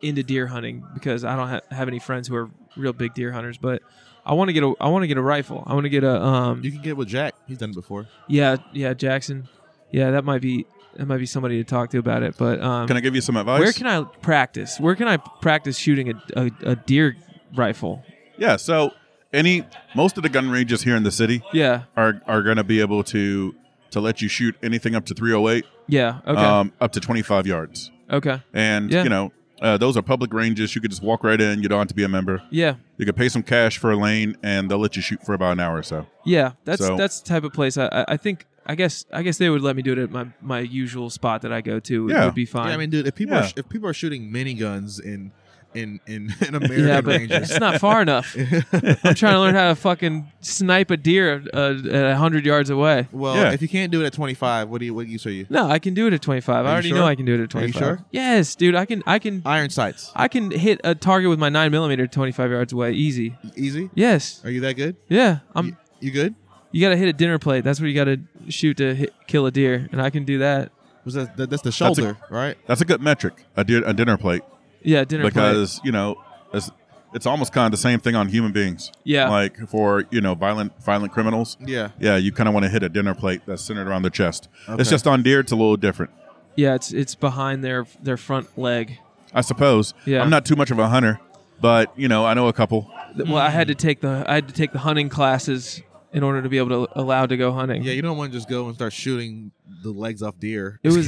Speaker 6: into deer hunting because I don't ha- have any friends who are real big deer hunters. But I want to get a I want to get a rifle. I want to get a um
Speaker 7: You can get with Jack. He's done it before.
Speaker 6: yeah yeah Jackson. Yeah, that might be that might be somebody to talk to about it. But um,
Speaker 8: Can I give you some advice?
Speaker 6: where can I practice? Where can I practice shooting a, a, a deer rifle?
Speaker 8: yeah. So any most of the gun ranges here in the city
Speaker 6: Yeah,
Speaker 8: are are going to be able to to let you shoot anything up to 308,
Speaker 6: yeah. Okay,
Speaker 8: um, up to 25 yards,
Speaker 6: okay.
Speaker 8: and
Speaker 6: Yeah.
Speaker 8: you know. Uh, those are public ranges. You could just walk right in. You don't have to be a member.
Speaker 6: Yeah,
Speaker 8: You could pay some cash for a lane, and they'll let you shoot for about an hour or so.
Speaker 6: yeah. That's
Speaker 8: So-
Speaker 6: that's the type of place I, I I think. I guess I guess they would let me do it at my, my usual spot that I go to. It
Speaker 8: Yeah.
Speaker 6: would be fine.
Speaker 7: Yeah, I mean, dude, if people
Speaker 8: Yeah.
Speaker 7: are, if people are shooting miniguns in in in, in American
Speaker 6: Yeah, but
Speaker 7: ranges,
Speaker 6: it's not far enough. I'm trying to learn how to fucking snipe a deer uh, at 100 yards away.
Speaker 7: well,
Speaker 8: Yeah.
Speaker 7: if you can't do it at twenty five, what do you what do you say? You
Speaker 6: No, I can do it at 25. I
Speaker 7: you
Speaker 6: already
Speaker 7: sure?
Speaker 6: know I can do it at
Speaker 7: Are you
Speaker 6: 25.
Speaker 7: sure?
Speaker 6: Yes, dude. I can. I can.
Speaker 7: iron sights,
Speaker 6: I can hit a target with my nine millimeter 25 yards away. Easy.
Speaker 7: easy.
Speaker 6: Yes.
Speaker 7: Are you that good?
Speaker 6: Yeah. I'm.
Speaker 7: You, you good?
Speaker 6: You gotta hit a dinner plate. That's where you gotta shoot to hit, kill a deer, and I can do that.
Speaker 7: Was that, that that's the
Speaker 8: a-
Speaker 7: shoulder, right?
Speaker 8: That's a good metric. A, di- a dinner plate.
Speaker 6: Yeah, dinner plate.
Speaker 8: because you know it's, it's almost kind of the same thing on human beings.
Speaker 6: Yeah.
Speaker 8: like for you know violent violent criminals.
Speaker 7: Yeah.
Speaker 8: Yeah, you kind of want to hit a dinner plate that's centered around their chest.
Speaker 7: Okay.
Speaker 8: It's just on deer; it's a little different,
Speaker 6: Yeah, it's it's behind their their front leg.
Speaker 8: I suppose.
Speaker 6: Yeah.
Speaker 8: I'm not too much of a hunter, but you know I know a couple.
Speaker 6: Th- Well, I had to take the I had to take the hunting classes in order to be able to allowed to go hunting.
Speaker 7: Yeah, you don't want to just go and start shooting the legs off deer.
Speaker 6: It was-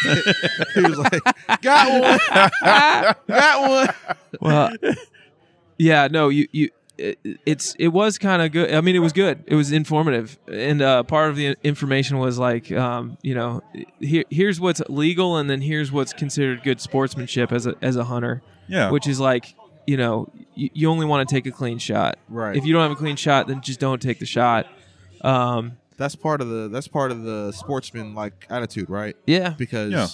Speaker 7: he was like, got one, got one.
Speaker 6: well, yeah, no, you you it, it's it was kind of good. I mean, it was good. It was informative, and uh, part of the information was like, um, you know, here here's what's legal, and then here's what's considered good sportsmanship as a as a hunter,
Speaker 8: Yeah,
Speaker 6: which is like, you know, you, you only want to take a clean shot.
Speaker 7: Right.
Speaker 6: If you don't have a clean shot, then just don't take the shot. Um,
Speaker 7: That's part of the that's part of the sportsman like attitude, right?
Speaker 6: yeah.
Speaker 7: Because
Speaker 8: Yeah.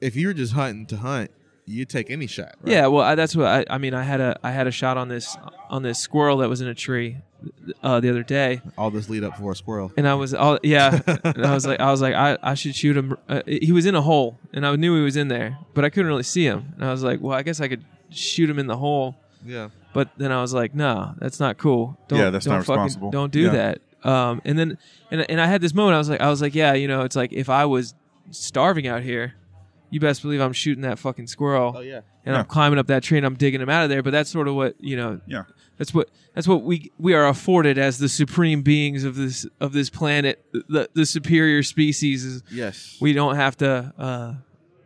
Speaker 7: if you're just hunting to hunt, you take any shot. Right?
Speaker 6: Yeah, well, I, that's what I, I mean. I had a I had a shot on this on this squirrel that was in a tree uh, the other day,
Speaker 7: All this lead up for a squirrel.
Speaker 6: and I was all yeah. and I was like, I was like, I, I should shoot him. Uh, he was in a hole, and I knew he was in there, but I couldn't really see him. And I was like, well, I guess I could shoot him in the hole.
Speaker 7: Yeah.
Speaker 6: But then I was like, no, that's not cool. Don't,
Speaker 8: Yeah, that's
Speaker 6: don't
Speaker 8: not
Speaker 6: fucking,
Speaker 8: responsible.
Speaker 6: Don't do
Speaker 8: Yeah.
Speaker 6: that. Um, and then and and I had this moment. I was like, I was like, yeah, you know, it's like if I was starving out here, you best believe I'm shooting that fucking squirrel
Speaker 7: Oh yeah.
Speaker 6: and
Speaker 8: Yeah.
Speaker 6: I'm climbing up that tree and I'm digging him out of there. But that's sort of what you know.
Speaker 8: Yeah.
Speaker 6: That's what that's what we we are afforded as the supreme beings of this of this planet, the the superior species. Is
Speaker 7: Yes.
Speaker 6: we don't have to, uh,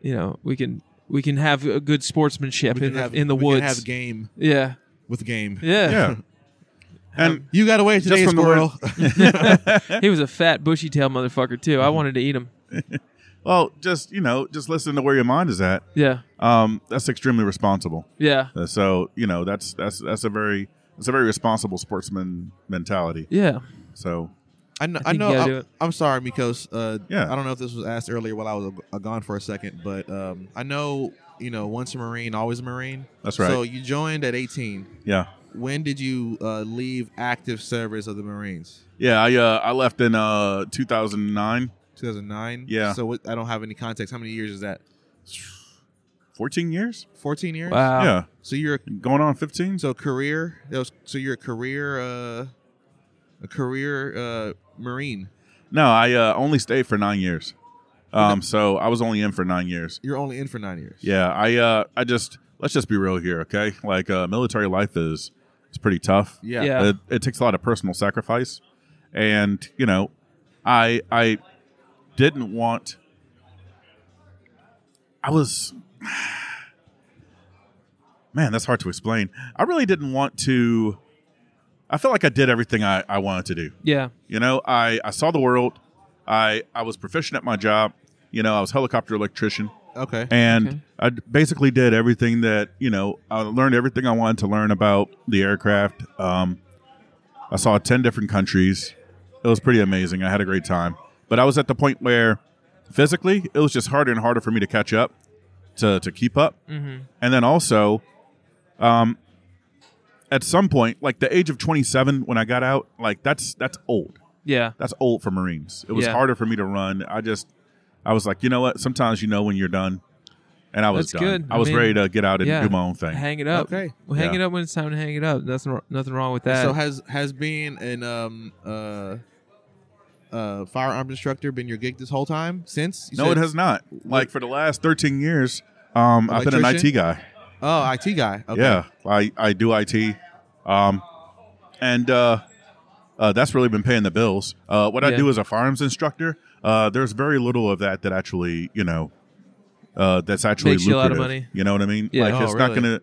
Speaker 6: you know, we can we can have a good sportsmanship
Speaker 7: We
Speaker 6: in
Speaker 7: can have-
Speaker 6: the, in the
Speaker 7: we
Speaker 6: woods.
Speaker 7: Can have game
Speaker 6: yeah,
Speaker 7: with game.
Speaker 6: yeah,
Speaker 8: yeah, and
Speaker 7: You got away today,
Speaker 8: from the word-
Speaker 7: squirrel.
Speaker 6: He was a fat bushy tail motherfucker too.
Speaker 8: Mm-hmm.
Speaker 6: I wanted to eat him.
Speaker 8: well, just you know, just listen to where your mind is at.
Speaker 6: Yeah,
Speaker 8: Um, that's extremely responsible.
Speaker 6: yeah,
Speaker 8: Uh, so you know that's that's that's a very that's a very responsible sportsman mentality.
Speaker 6: yeah.
Speaker 8: So
Speaker 7: I know.
Speaker 6: I
Speaker 7: I,
Speaker 6: think you
Speaker 7: know.
Speaker 6: gotta
Speaker 7: I'm,
Speaker 6: do it.
Speaker 7: I'm sorry, Mikos. Uh,
Speaker 8: Yeah.
Speaker 7: I don't know if this was asked earlier while I was uh, gone for a second, but um, I know you know once a marine, always a marine.
Speaker 8: That's right.
Speaker 7: So you joined at 18.
Speaker 8: yeah,
Speaker 7: When did you uh, leave active service of the Marines?
Speaker 8: yeah. I uh, I left in uh 2009.
Speaker 7: 2009.
Speaker 8: Yeah.
Speaker 7: So what, I don't have any context. How many years is that?
Speaker 8: 14 years?
Speaker 7: 14 years.
Speaker 6: Wow.
Speaker 8: yeah.
Speaker 7: So you're a-
Speaker 8: Going on 15? So
Speaker 7: so career. That was so you're a career uh, a career uh, Marine.
Speaker 8: no, I uh, only stayed for 9 years. Um so I was only in for 9 years.
Speaker 7: You're only in for nine years.
Speaker 8: Yeah, I uh I just let's just be real here, okay? Like uh military life is it's pretty tough.
Speaker 7: Yeah.
Speaker 6: Yeah.
Speaker 8: It, it takes a lot of personal sacrifice. And, you know, I I didn't want I was Man, that's hard to explain. I really didn't want to I felt like I did everything I, I wanted to do.
Speaker 6: yeah,
Speaker 8: You know, I, I saw the world. I I was proficient at my job. You know, I was helicopter electrician,
Speaker 7: Okay.
Speaker 8: and
Speaker 6: Okay.
Speaker 8: I d- basically did everything that you know. I learned everything I wanted to learn about the aircraft. Um, I saw ten different countries. It was pretty amazing. I had a great time, but I was at the point where physically it was just harder and harder for me to catch up, to to keep up,
Speaker 6: Mhm.
Speaker 8: and then also, um, at some point, like the age of twenty seven when I got out, like that's that's old
Speaker 6: yeah,
Speaker 8: that's old for Marines. It was
Speaker 6: Yeah.
Speaker 8: harder for me to run. I just, I was like, you know what? Sometimes you know when you're done. and I was
Speaker 6: That's
Speaker 8: done.
Speaker 6: good.
Speaker 8: I was
Speaker 6: I mean,
Speaker 8: ready to get out and
Speaker 6: yeah.
Speaker 8: do my own thing.
Speaker 6: Hang it up.
Speaker 7: Okay.
Speaker 6: Well, hang
Speaker 8: Yeah.
Speaker 6: it up when it's time to hang it up. Nothing, wr- nothing wrong with that.
Speaker 7: so has has being an um uh uh firearm instructor been your gig this whole time since? You
Speaker 8: no, it
Speaker 7: said-
Speaker 8: has not. Like for the last 13 years, um, I've been an IT
Speaker 7: Electrician?
Speaker 8: guy.
Speaker 7: Oh, IT guy. Okay.
Speaker 8: Yeah, I, I do IT, um, and uh, uh, that's really been paying the bills. Uh, what I
Speaker 6: Yeah.
Speaker 8: do as a firearms instructor, uh, there's very little of that that actually, you know, uh, that's actually
Speaker 6: Makes you a lot of
Speaker 8: lucrative.
Speaker 6: money.
Speaker 8: You know what I mean?
Speaker 6: Yeah.
Speaker 8: like
Speaker 7: Oh,
Speaker 8: it's not
Speaker 7: really?
Speaker 8: gonna.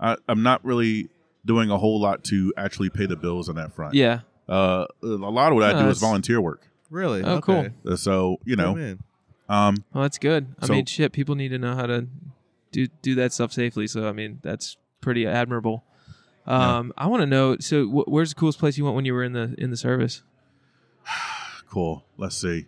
Speaker 8: I, I'm not really doing a whole lot to actually pay the bills on that front.
Speaker 6: yeah.
Speaker 8: Uh, a lot of what I
Speaker 6: No,
Speaker 8: do is
Speaker 6: that's-
Speaker 8: volunteer work.
Speaker 7: Really?
Speaker 6: Oh, cool.
Speaker 7: Okay.
Speaker 8: Uh, So you
Speaker 7: Oh,
Speaker 8: know,
Speaker 7: man.
Speaker 8: um,
Speaker 6: Well, that's good. I
Speaker 8: So-
Speaker 6: mean, shit. People need to know how to do do that stuff safely. So, I mean, that's pretty admirable. Um, I want to know. So, wh- where's the coolest place you went when you were in the in the service?
Speaker 8: cool. Let's see.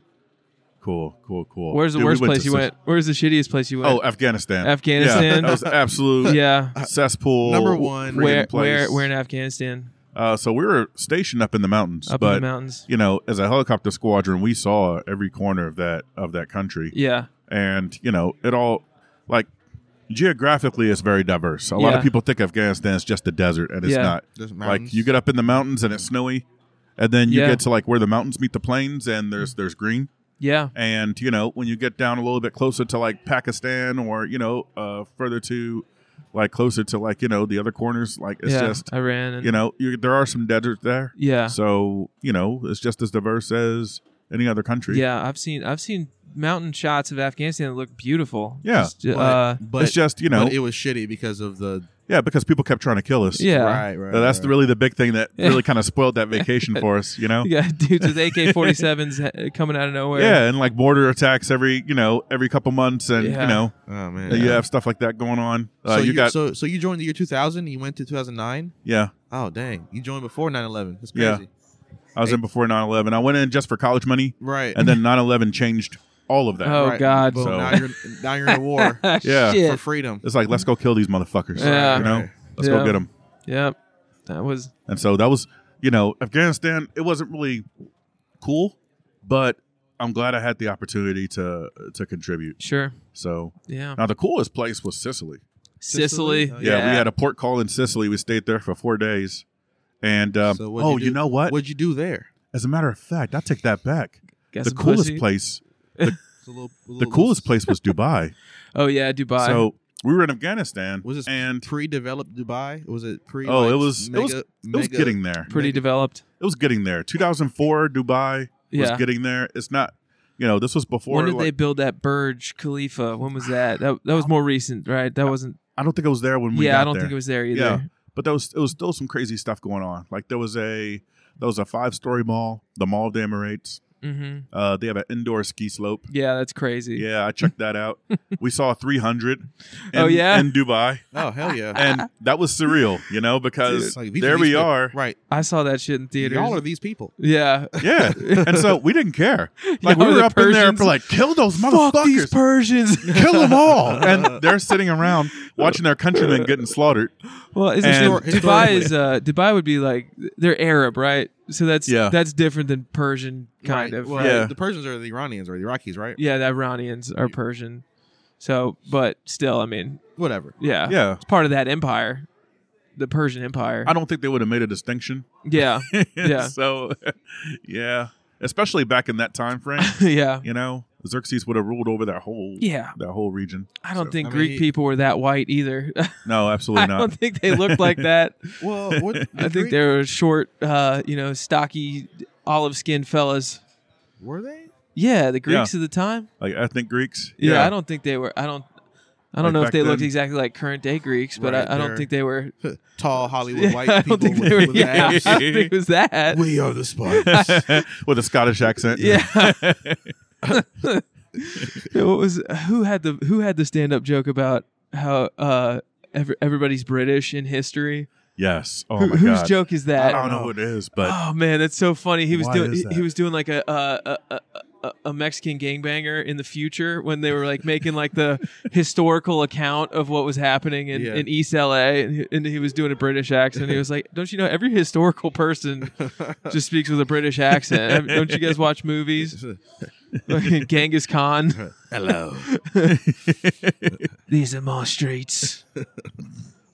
Speaker 8: Cool, cool, cool.
Speaker 6: Where's the
Speaker 8: Dude, we
Speaker 6: worst
Speaker 8: went
Speaker 6: place
Speaker 8: to
Speaker 6: you
Speaker 8: Sis-
Speaker 6: went? Where's the shittiest place you went?
Speaker 8: Oh, Afghanistan. Yeah,
Speaker 6: Afghanistan?
Speaker 8: that was absolute
Speaker 6: yeah.
Speaker 8: cesspool.
Speaker 7: Number one.
Speaker 8: friggin'
Speaker 6: Uh, Where
Speaker 8: place.
Speaker 6: where where in Afghanistan?
Speaker 8: Uh, so we were stationed up in the mountains,
Speaker 6: Up
Speaker 8: but
Speaker 6: in the mountains.
Speaker 8: you know, as a helicopter squadron, we saw every corner of that of that country,
Speaker 6: Yeah.
Speaker 8: and you know, it all like geographically it's very diverse. A lot
Speaker 6: Yeah.
Speaker 8: of people think Afghanistan is just a desert, and it's
Speaker 6: Yeah.
Speaker 8: not.
Speaker 7: There's
Speaker 8: Like you get up in the mountains and it's snowy, and then you
Speaker 6: Yeah.
Speaker 8: get to like where the mountains meet the plains, and there's there's green.
Speaker 6: Yeah.
Speaker 8: And you know, when you get down a little bit closer to like Pakistan or you know, uh, further to like closer to like you know the other corners, like it's
Speaker 6: yeah.
Speaker 8: just
Speaker 6: Iran and
Speaker 8: you know you, there are some deserts there.
Speaker 6: Yeah.
Speaker 8: So you know it's just as diverse as any other country.
Speaker 6: Yeah, I've seen I've seen mountain shots of Afghanistan that look beautiful.
Speaker 8: Yeah.
Speaker 6: Just, uh,
Speaker 7: but
Speaker 8: it's just you know
Speaker 7: but it was shitty because of the
Speaker 8: yeah because people kept trying to kill us.
Speaker 6: yeah.
Speaker 7: right, right.
Speaker 8: Uh, that's
Speaker 7: right.
Speaker 8: really the big thing that
Speaker 6: Yeah.
Speaker 8: really kind of spoiled that vacation for us. You know.
Speaker 6: You got dudes with AK 47s coming out of nowhere.
Speaker 8: Yeah, and like mortar attacks every you know every couple months, and
Speaker 6: Yeah.
Speaker 8: you know
Speaker 7: Oh man.
Speaker 8: you have stuff like that going on. Uh,
Speaker 7: so
Speaker 8: you, got
Speaker 7: so so you joined the year 2000 and you went to 2009?
Speaker 8: yeah.
Speaker 7: Oh dang. You joined before 9/11. That's
Speaker 8: Yeah.
Speaker 7: crazy.
Speaker 8: I was in before 9-11. I went in just for college money,
Speaker 7: Right.
Speaker 8: and then 9-11 changed all of that.
Speaker 6: Oh,
Speaker 7: Right.
Speaker 6: God. Ah,
Speaker 7: Boom.
Speaker 8: So-
Speaker 7: Now you're now you're in a war
Speaker 8: Yeah.
Speaker 7: for
Speaker 6: Shit.
Speaker 7: freedom.
Speaker 8: It's like let's go kill these motherfuckers.
Speaker 6: Yeah.
Speaker 8: You know,
Speaker 7: Right.
Speaker 8: let's
Speaker 6: Yeah.
Speaker 8: go get them.
Speaker 6: Yep. That was
Speaker 8: And so that was, you know, Afghanistan. It wasn't really cool, but I'm glad I had the opportunity to to contribute.
Speaker 6: sure.
Speaker 8: So
Speaker 6: Yeah.
Speaker 8: now the coolest place was Sicily.
Speaker 6: Sicily.
Speaker 7: Sicily? Oh,
Speaker 8: Yeah, we had a port call in Sicily. We stayed there for four days. And um,
Speaker 7: So what'd
Speaker 8: oh,
Speaker 7: do-
Speaker 8: you know what?
Speaker 7: What'd you do there?
Speaker 8: As a matter of fact, I take that back.
Speaker 6: Got
Speaker 8: the
Speaker 6: some
Speaker 8: coolest
Speaker 6: pussy.
Speaker 8: place,
Speaker 7: It's a little- a
Speaker 8: the
Speaker 7: little-
Speaker 8: coolest place was Dubai.
Speaker 6: Oh yeah, Dubai.
Speaker 8: So we were in Afghanistan.
Speaker 7: Was it
Speaker 8: and
Speaker 7: pre-developed Dubai? Was it pre?
Speaker 8: Oh,
Speaker 7: like,
Speaker 8: it was- it
Speaker 7: Mega,
Speaker 8: was-
Speaker 7: mega,
Speaker 8: it was getting there.
Speaker 6: pretty
Speaker 7: Mega-
Speaker 6: developed.
Speaker 8: It was getting there. 2004 Dubai was
Speaker 6: Yeah.
Speaker 8: getting there. It's not, you know, this was before.
Speaker 6: When did
Speaker 8: like-
Speaker 6: they build that Burj Khalifa? When was that? That that was more recent, right? That wasn't.
Speaker 8: I don't think it was there when we.
Speaker 6: Yeah,
Speaker 8: got
Speaker 6: I don't
Speaker 8: there.
Speaker 6: think it was there either.
Speaker 8: Yeah, but there was it was still some crazy stuff going on. Like there was a there was a five story mall, the Mall of the Emirates.
Speaker 6: Mm-hmm.
Speaker 8: Uh, they have an indoor ski slope.
Speaker 6: Yeah, that's crazy.
Speaker 8: Yeah, I checked that out. we saw 300. In,
Speaker 6: Oh, yeah?
Speaker 8: in Dubai,
Speaker 7: Oh hell yeah!
Speaker 8: and that was surreal, you know, because
Speaker 7: Dude, like, these
Speaker 8: there
Speaker 7: these
Speaker 8: we
Speaker 7: people-
Speaker 8: are.
Speaker 7: Right,
Speaker 6: I saw that shit in theaters.
Speaker 7: y'all are these people.
Speaker 6: yeah.
Speaker 8: Yeah, and so we didn't care. Like
Speaker 6: Y'all
Speaker 8: we
Speaker 6: are
Speaker 8: were
Speaker 6: the
Speaker 8: up in there
Speaker 6: Persians.
Speaker 8: for like kill those motherfuckers.
Speaker 6: Fuck these Persians.
Speaker 8: kill them all. And they're sitting around watching their countrymen getting slaughtered.
Speaker 6: Well, is
Speaker 8: And-
Speaker 6: Histor- Dubai
Speaker 7: historically.
Speaker 6: is uh, Dubai would be like they're Arab, right? So that's
Speaker 8: Yeah.
Speaker 6: that's different than Persian, kind
Speaker 7: Right.
Speaker 6: of.
Speaker 7: Well,
Speaker 6: right?
Speaker 8: Yeah.
Speaker 7: the Persians are the Iranians or the Iraqis, right?
Speaker 6: Yeah, the Iranians are Persian. So, but still, I mean,
Speaker 7: Whatever.
Speaker 6: yeah,
Speaker 8: Yeah.
Speaker 6: it's part of that empire, the Persian Empire.
Speaker 8: I don't think they would have made a distinction.
Speaker 6: yeah, Yeah.
Speaker 8: so, yeah, especially back in that time frame,
Speaker 6: yeah,
Speaker 8: you know, Xerxes would have ruled over that whole
Speaker 6: yeah.
Speaker 8: that whole region.
Speaker 6: I don't
Speaker 8: So-
Speaker 6: think
Speaker 7: I mean,
Speaker 6: Greek
Speaker 7: he-
Speaker 6: people were that white either.
Speaker 8: No,
Speaker 6: I
Speaker 8: absolutely
Speaker 6: don't
Speaker 8: not.
Speaker 6: think they looked like that.
Speaker 7: Well, what,
Speaker 6: I
Speaker 7: they're
Speaker 6: think they were short, uh, you know, stocky, olive skinned fellas.
Speaker 7: were they.
Speaker 6: Yeah, the Greeks of the time.
Speaker 8: Like ethnic Greeks.
Speaker 6: Yeah, I don't think they were. I don't. I don't
Speaker 8: Like
Speaker 6: know if
Speaker 8: back
Speaker 6: they looked
Speaker 8: then?
Speaker 6: exactly like current day Greeks, but
Speaker 7: Right,
Speaker 6: I, I don't
Speaker 7: they're-
Speaker 6: think they were.
Speaker 7: Tall Hollywood white
Speaker 6: I
Speaker 7: people
Speaker 6: don't think
Speaker 7: with,
Speaker 6: they were.
Speaker 7: with
Speaker 6: Yeah, I
Speaker 7: abs.
Speaker 6: don't think it was that.
Speaker 7: We are the Spartans.
Speaker 8: With a Scottish accent.
Speaker 6: Yeah. Yeah, what was who had the who had the stand up joke about how uh every, everybody's British in history?
Speaker 8: Yes. Oh
Speaker 6: Who-
Speaker 8: my
Speaker 6: whose
Speaker 8: god.
Speaker 6: joke is
Speaker 8: I
Speaker 6: that?
Speaker 8: don't know who it is, but
Speaker 6: Oh man, that's so funny. He was
Speaker 8: Why
Speaker 6: doing
Speaker 8: is
Speaker 6: he, he
Speaker 8: that?
Speaker 6: was doing like a uh, a, a- a a Mexican gangbanger in the future when they were like making like the historical account of what was happening in,
Speaker 7: Yeah.
Speaker 6: in East LA, and he, and he was doing a British accent. He was like, "Don't you know every historical person just speaks with a British accent? Have- Don't you guys watch movies? Fucking Genghis Khan."
Speaker 7: Hello.
Speaker 6: These are my streets.